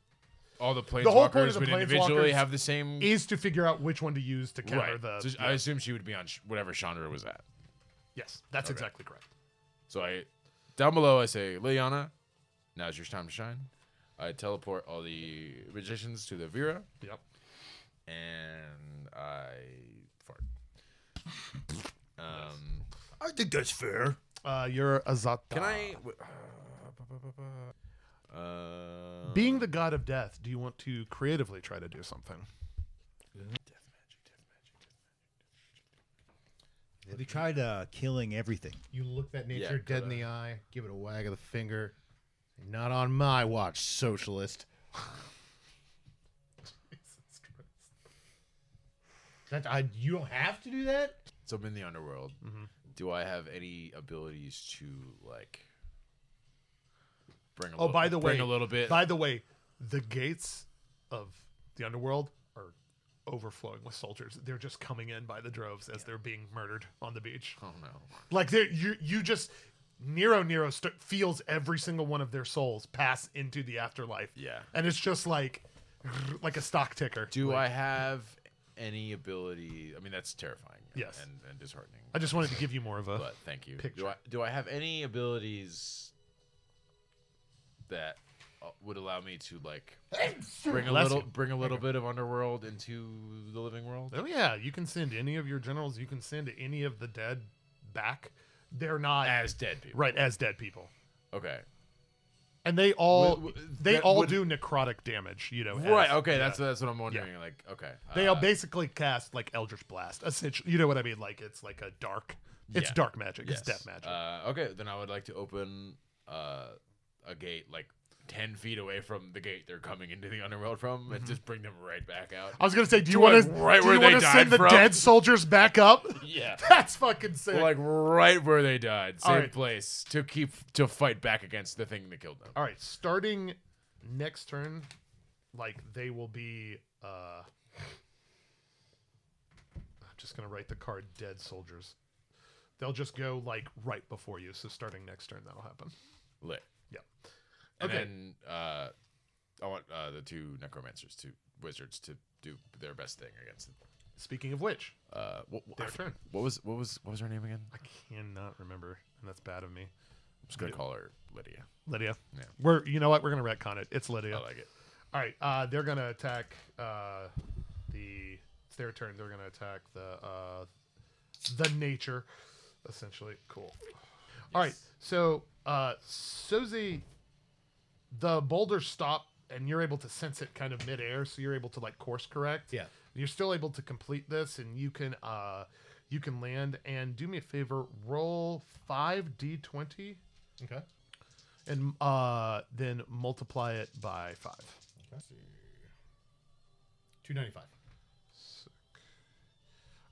Speaker 7: all the planeswalkers
Speaker 3: whole point of the
Speaker 7: would individually
Speaker 3: planeswalkers
Speaker 7: have the same
Speaker 3: is to figure out which one to use to counter
Speaker 7: right.
Speaker 3: the
Speaker 7: So I assume she would be on sh- whatever Chandra was at.
Speaker 3: Yes, that's exactly correct.
Speaker 7: So I down below I say, Liliana, now's your time to shine. I teleport all the magicians to the Vera,
Speaker 3: Yep.
Speaker 7: and I fart. Um,
Speaker 6: I think that's fair.
Speaker 3: Uh you're Azata.
Speaker 7: can I? w- Uh,
Speaker 3: being the god of death, do you want to creatively try to do something?
Speaker 6: Have you tried uh, killing everything?
Speaker 4: You look that nature
Speaker 7: Yeah,
Speaker 4: dead in the eye, give it a wag of the finger. Not on my watch, socialist. That I you don't have to do that.
Speaker 7: So I'm in the underworld.
Speaker 3: Mm-hmm.
Speaker 7: Do I have any abilities to like bring? A
Speaker 3: Oh,
Speaker 7: little,
Speaker 3: by the way,
Speaker 7: bring a little bit.
Speaker 3: By the way, the gates of the underworld are overflowing with soldiers. They're just coming in by the droves as they're being murdered on the beach.
Speaker 7: Oh no!
Speaker 3: Like they you you just Nero Nero st- feels every single one of their souls pass into the afterlife.
Speaker 7: Yeah.
Speaker 3: and it's just like like a stock ticker.
Speaker 7: do
Speaker 3: Like,
Speaker 7: I have any ability? I mean, that's terrifying. and-
Speaker 3: Yes.
Speaker 7: and, and disheartening.
Speaker 3: I just wanted to give you more of a
Speaker 7: But thank you.
Speaker 3: picture.
Speaker 7: Do I do I have any abilities that uh, would allow me to like bring a
Speaker 3: Bless
Speaker 7: little
Speaker 3: you.
Speaker 7: bring a little bit of underworld into the living world?
Speaker 3: Oh yeah, you can send any of your generals. You can send any of the dead back. They're not
Speaker 7: as dead people,
Speaker 3: right? As dead people,
Speaker 7: Okay.
Speaker 3: and they all
Speaker 7: Would- would-
Speaker 3: they
Speaker 7: that
Speaker 3: all
Speaker 7: would-
Speaker 3: do necrotic damage. You know, as-
Speaker 7: Right. Okay.
Speaker 3: yeah.
Speaker 7: That's that's what I'm wondering. Like, okay.
Speaker 3: They
Speaker 7: uh,
Speaker 3: all basically cast like Eldritch Blast. Essentially, you know what I mean? Like it's like a dark. It's
Speaker 7: yeah.
Speaker 3: dark magic.
Speaker 7: Yes.
Speaker 3: It's death magic.
Speaker 7: Uh, okay. Then I would like to open uh, a gate like ten feet away from the gate they're coming into the underworld from, and
Speaker 3: Mm-hmm.
Speaker 7: just bring them right back out.
Speaker 3: I was gonna say, do you
Speaker 7: Like,
Speaker 3: want to
Speaker 7: right
Speaker 3: do
Speaker 7: where
Speaker 3: you
Speaker 7: they
Speaker 3: want to
Speaker 7: died
Speaker 3: send the
Speaker 7: from?
Speaker 3: dead soldiers back up?
Speaker 7: Yeah.
Speaker 3: that's fucking sick.
Speaker 7: Like right where they died,
Speaker 3: All
Speaker 7: same
Speaker 3: right.
Speaker 7: place to keep to fight back against the thing that killed them.
Speaker 3: All right, starting next turn, like they will be. uh I'm just gonna write the card "Dead Soldiers." They'll just go like right before you. So starting next turn, that'll happen.
Speaker 7: Lit.
Speaker 3: Yeah.
Speaker 7: And
Speaker 3: Okay.
Speaker 7: then uh, I want uh, the two necromancers, two wizards, to do their best thing against them.
Speaker 3: Speaking of which,
Speaker 7: Uh, what, what,
Speaker 3: Their
Speaker 7: I for-
Speaker 3: turn.
Speaker 7: what was what was what was her name again?
Speaker 3: I cannot remember, and that's bad of me.
Speaker 7: I'm just gonna call her Lydia.
Speaker 3: Lydia.
Speaker 7: Yeah.
Speaker 3: We're you know what? We're gonna retcon it. It's Lydia.
Speaker 7: I like it.
Speaker 3: All right. Uh, they're gonna attack uh, the. It's their turn. They're gonna attack the uh, the nature, essentially. Cool. All right. So uh, Susie, the boulders stop, and you're able to sense it kind of midair, so you're able to like course correct.
Speaker 6: Yeah.
Speaker 3: You're still able to complete this, and you can uh, you can land. And do me a favor, roll five d20
Speaker 4: Okay.
Speaker 3: and uh, then multiply it by five.
Speaker 4: Two ninety five.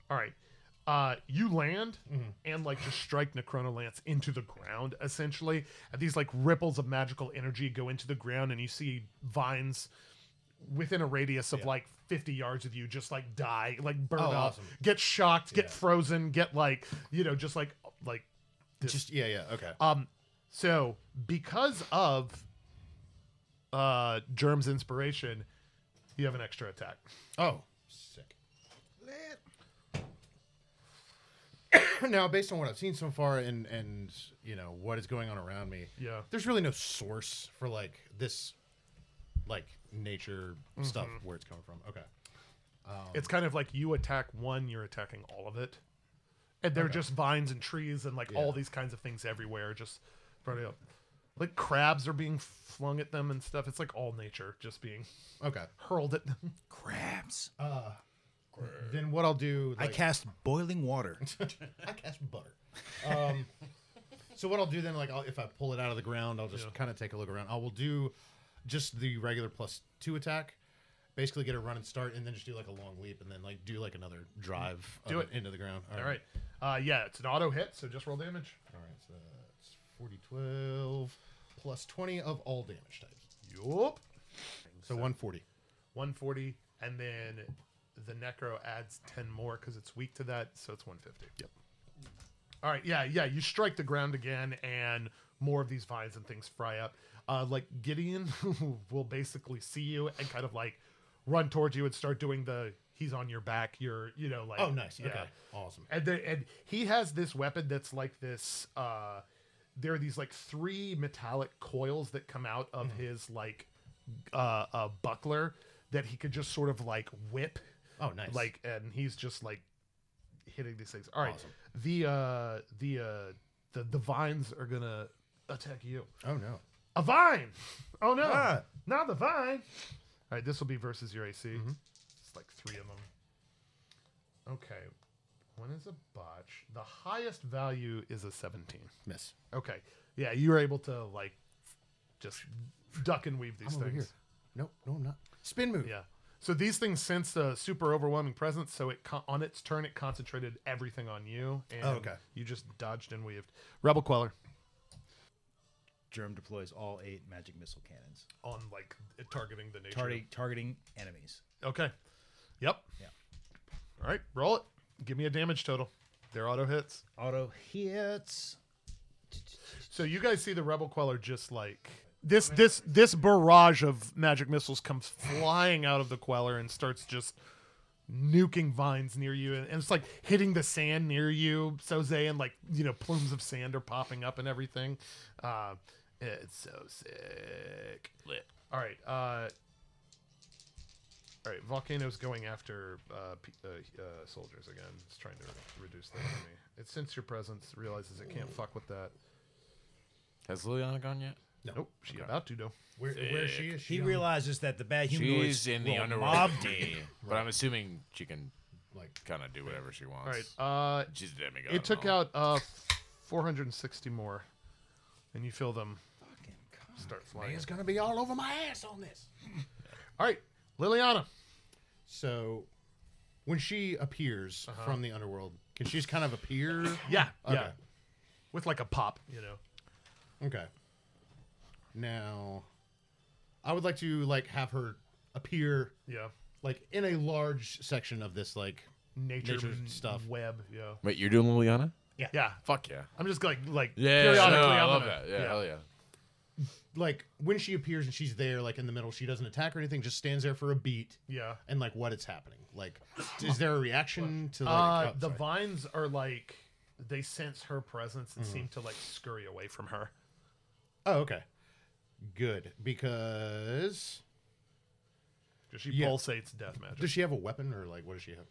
Speaker 3: All right. Uh, you land
Speaker 4: Mm-hmm.
Speaker 3: and like just strike Necronolance into the ground essentially. And these like ripples of magical energy go into the ground, and you see vines within a radius of like 50 yards of you just like die, like burn
Speaker 4: Oh,
Speaker 3: up,
Speaker 4: awesome.
Speaker 3: get shocked, get
Speaker 4: Yeah.
Speaker 3: frozen, get like, you know, just like, like this.
Speaker 4: Just yeah, yeah. Okay.
Speaker 3: Um, so because of uh Germ's inspiration, you have an extra attack.
Speaker 4: Oh, sick. now, based on what I've seen so far, and and you know what is going on around me,
Speaker 3: Yeah.
Speaker 4: there's really no source for like this, like nature stuff where it's coming from. Okay. Um,
Speaker 3: It's kind of like you attack one, you're attacking all of it. And they're
Speaker 4: Okay.
Speaker 3: just vines and trees and like all these kinds of things everywhere, just right up. Like crabs are being flung at them and stuff. It's like all nature just being
Speaker 4: okay.
Speaker 3: hurled at them.
Speaker 6: Crabs.
Speaker 4: Uh, then what I'll do?
Speaker 6: I
Speaker 4: like-
Speaker 6: cast boiling water.
Speaker 4: I cast butter. Um, so what I'll do then, like I'll, if I pull it out of the ground, I'll just
Speaker 3: Yeah.
Speaker 4: kind of take a look around. I will do just the regular plus two attack, basically get a run and start, and then just do like a long leap, and then like do like another drive
Speaker 3: Do
Speaker 4: of
Speaker 3: it.
Speaker 4: into the ground.
Speaker 3: All right. Uh, yeah, it's an auto hit, so just roll damage.
Speaker 4: all right. So that's 40, 12, plus twenty of all damage types.
Speaker 3: Yup.
Speaker 4: So one forty.
Speaker 3: 140, and then the necro adds 10 more because it's weak to that, so it's 150. Yep. All right, yeah, yeah. You strike the ground again, and more of these vines and things fry up. Uh, like Gideon will basically see you and kind of like run towards you and start doing the he's on your back. You're, you know, like
Speaker 4: Oh, nice. Okay. Awesome.
Speaker 3: and the, and he has this weapon that's like this. Uh, there are these like three metallic coils that come out of
Speaker 4: Hmm.
Speaker 3: his like uh, uh, buckler that he could just sort of like whip,
Speaker 4: Oh, nice.
Speaker 3: like, and he's just like hitting these things. All right,
Speaker 4: Awesome.
Speaker 3: the uh, the uh, the the vines are gonna attack you.
Speaker 4: oh no.
Speaker 3: A vine. Oh no, not the vine. All right, this will be versus your AC.
Speaker 4: Mm-hmm.
Speaker 3: It's like three of them. Okay, one is a botch. The highest value is a seventeen.
Speaker 4: Miss.
Speaker 3: Okay, yeah, you were able to like just duck and weave these
Speaker 4: I'm over
Speaker 3: things.
Speaker 4: here. No, no, I'm not. Spin move.
Speaker 3: Yeah. So these things sensed a super overwhelming presence. So it con- on its turn, it concentrated everything on you, and
Speaker 10: Oh, okay.
Speaker 3: you just dodged and weaved. Rebel Queller
Speaker 10: Germ deploys all eight magic missile cannons.
Speaker 3: on like targeting the nature.
Speaker 10: Targeting, targeting enemies.
Speaker 3: Okay. Yep.
Speaker 10: Yeah.
Speaker 3: All right, roll it. Give me a damage total. They're auto hits.
Speaker 10: Auto hits.
Speaker 3: So you guys see the Rebel Queller just like this this this barrage of magic missiles comes flying out of the Queller and starts just nuking vines near you and, and it's like hitting the sand near you soze and like you know plumes of sand are popping up and everything uh it's so sick
Speaker 8: Lit.
Speaker 3: all right uh all right volcano's going after uh, p- uh, uh soldiers again it's trying to re- reduce their enemy it since your presence realizes it can't fuck with that
Speaker 7: Has Liliana gone yet?
Speaker 3: Nope, she about to though.
Speaker 4: Where, where she is? She
Speaker 10: He
Speaker 4: on-
Speaker 10: realizes that the bad humanoids
Speaker 7: She's in the
Speaker 10: will
Speaker 7: underworld.
Speaker 10: mob
Speaker 7: with
Speaker 10: deep.
Speaker 7: me, But I'm assuming she can like kind of do whatever she
Speaker 3: All
Speaker 7: wants.
Speaker 3: right. Uh,
Speaker 7: She's a demigod.
Speaker 3: it took
Speaker 7: and all.
Speaker 3: out uh, 460 more, and you feel them start flying.
Speaker 5: It's gonna be all over my ass on this.
Speaker 3: All right, Liliana.
Speaker 4: So, when she appears
Speaker 3: Uh-huh.
Speaker 4: from the underworld, can she just kind of appear?
Speaker 3: Yeah,
Speaker 4: Okay.
Speaker 3: yeah. With like a pop, you know.
Speaker 4: Okay. Now, I would like to like have her appear.
Speaker 3: Yeah.
Speaker 4: Like in a large section of this like
Speaker 3: Nature,
Speaker 4: nature
Speaker 3: m-
Speaker 4: stuff.
Speaker 3: Web, yeah.
Speaker 7: Wait, you're doing Liliana?
Speaker 4: Yeah.
Speaker 3: Yeah.
Speaker 7: Fuck yeah.
Speaker 3: I'm just like like
Speaker 7: Yeah, yeah,
Speaker 3: periodically.
Speaker 7: no, I
Speaker 3: I'm
Speaker 7: love
Speaker 3: gonna-
Speaker 7: that. Yeah, hell yeah.
Speaker 4: Like when she appears and she's there, like in the middle, she doesn't attack or anything. Just stands there for a beat.
Speaker 3: Yeah.
Speaker 4: And like what it's happening. Like, is there a reaction to like,
Speaker 3: Uh,
Speaker 4: oh,
Speaker 3: the
Speaker 4: sorry.
Speaker 3: vines are like they sense her presence and
Speaker 4: Mhm.
Speaker 3: seem to like scurry away from her.
Speaker 4: Oh, okay. Good because
Speaker 3: 'Cause She
Speaker 4: Yeah.
Speaker 3: pulsates death magic.
Speaker 4: Does she have a weapon or like what does she have?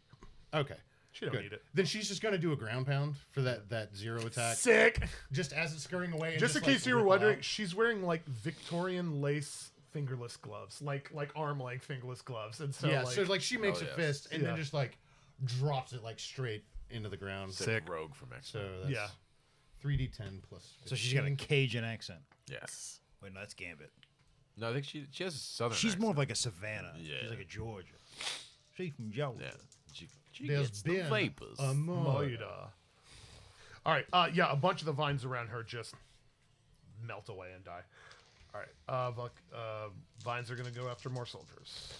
Speaker 4: Okay.
Speaker 3: She don't
Speaker 4: good.
Speaker 3: need it.
Speaker 4: Then she's just gonna do a ground pound for that that zero attack.
Speaker 3: Sick.
Speaker 4: Just as it's scurrying away. and
Speaker 3: just in
Speaker 4: like,
Speaker 3: case you were
Speaker 4: rip it
Speaker 3: wondering,
Speaker 4: out.
Speaker 3: she's wearing like Victorian lace fingerless gloves, like like arm length fingerless gloves, and so
Speaker 4: yeah.
Speaker 3: like,
Speaker 4: so like she makes
Speaker 7: Hell
Speaker 4: a
Speaker 7: yes.
Speaker 4: fist and
Speaker 3: Yeah.
Speaker 4: then just like drops it like straight into the ground.
Speaker 7: Sick. rogue from X.
Speaker 4: So that's
Speaker 3: Yeah.
Speaker 4: Three D ten plus.
Speaker 10: So she's got a
Speaker 4: 15.
Speaker 10: Cajun accent.
Speaker 7: Yes.
Speaker 10: Wait, no, that's Gambit.
Speaker 7: Oh, No, I think she she has a southern.
Speaker 10: She's more of
Speaker 7: accent.
Speaker 10: like a Savannah.
Speaker 7: Yeah.
Speaker 10: She's like a Georgia. She from Georgia.
Speaker 7: Yeah. She, she
Speaker 4: There's
Speaker 7: gets
Speaker 4: been
Speaker 7: the vapors.
Speaker 4: a murder.
Speaker 3: Moida. All right, uh, yeah, a bunch of the vines around her just melt away and die. All right, uh, Volc uh, vines are gonna go after more soldiers.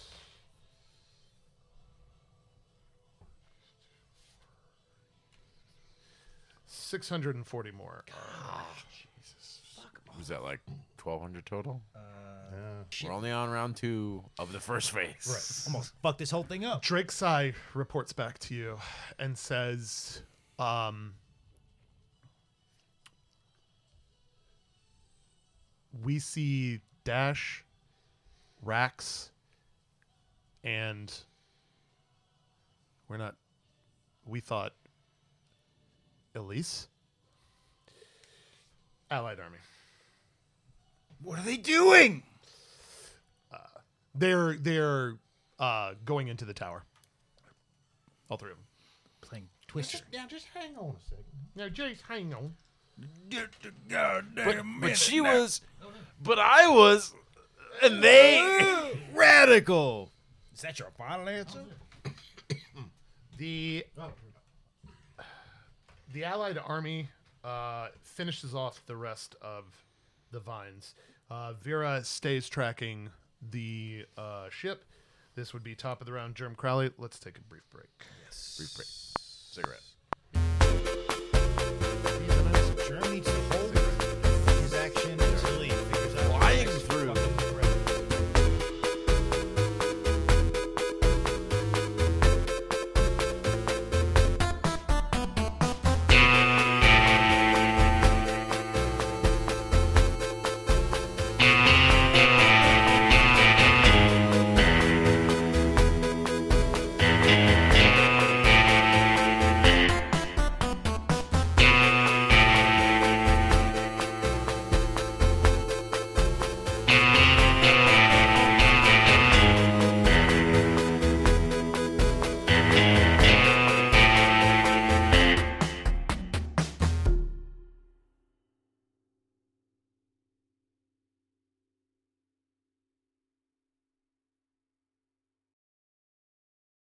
Speaker 3: Six hundred and forty more.
Speaker 7: Was that like 1,200 total?
Speaker 4: Yeah.
Speaker 7: We're only on round two of the first phase.
Speaker 10: Right. Almost fucked this whole thing up.
Speaker 3: Drake Sai reports back to you and says, um, We see Dash, Rax, and we're not, we thought Elise? Allied Army.
Speaker 10: What are they doing?
Speaker 3: Uh, They're, they're uh, going into the tower. All three of them.
Speaker 10: Playing Twister.
Speaker 4: Now just hang on a second.
Speaker 3: Now, Jace, hang on.
Speaker 7: But, but she was, but I was, and they.
Speaker 10: Radical. Is that your final answer?
Speaker 3: The the Allied army uh, finishes off the rest of the vines. Uh, Vera stays tracking the uh, ship. This would be top of the round. Germ Crowley. Let's take a brief break.
Speaker 7: Cigarette.
Speaker 10: Germany today.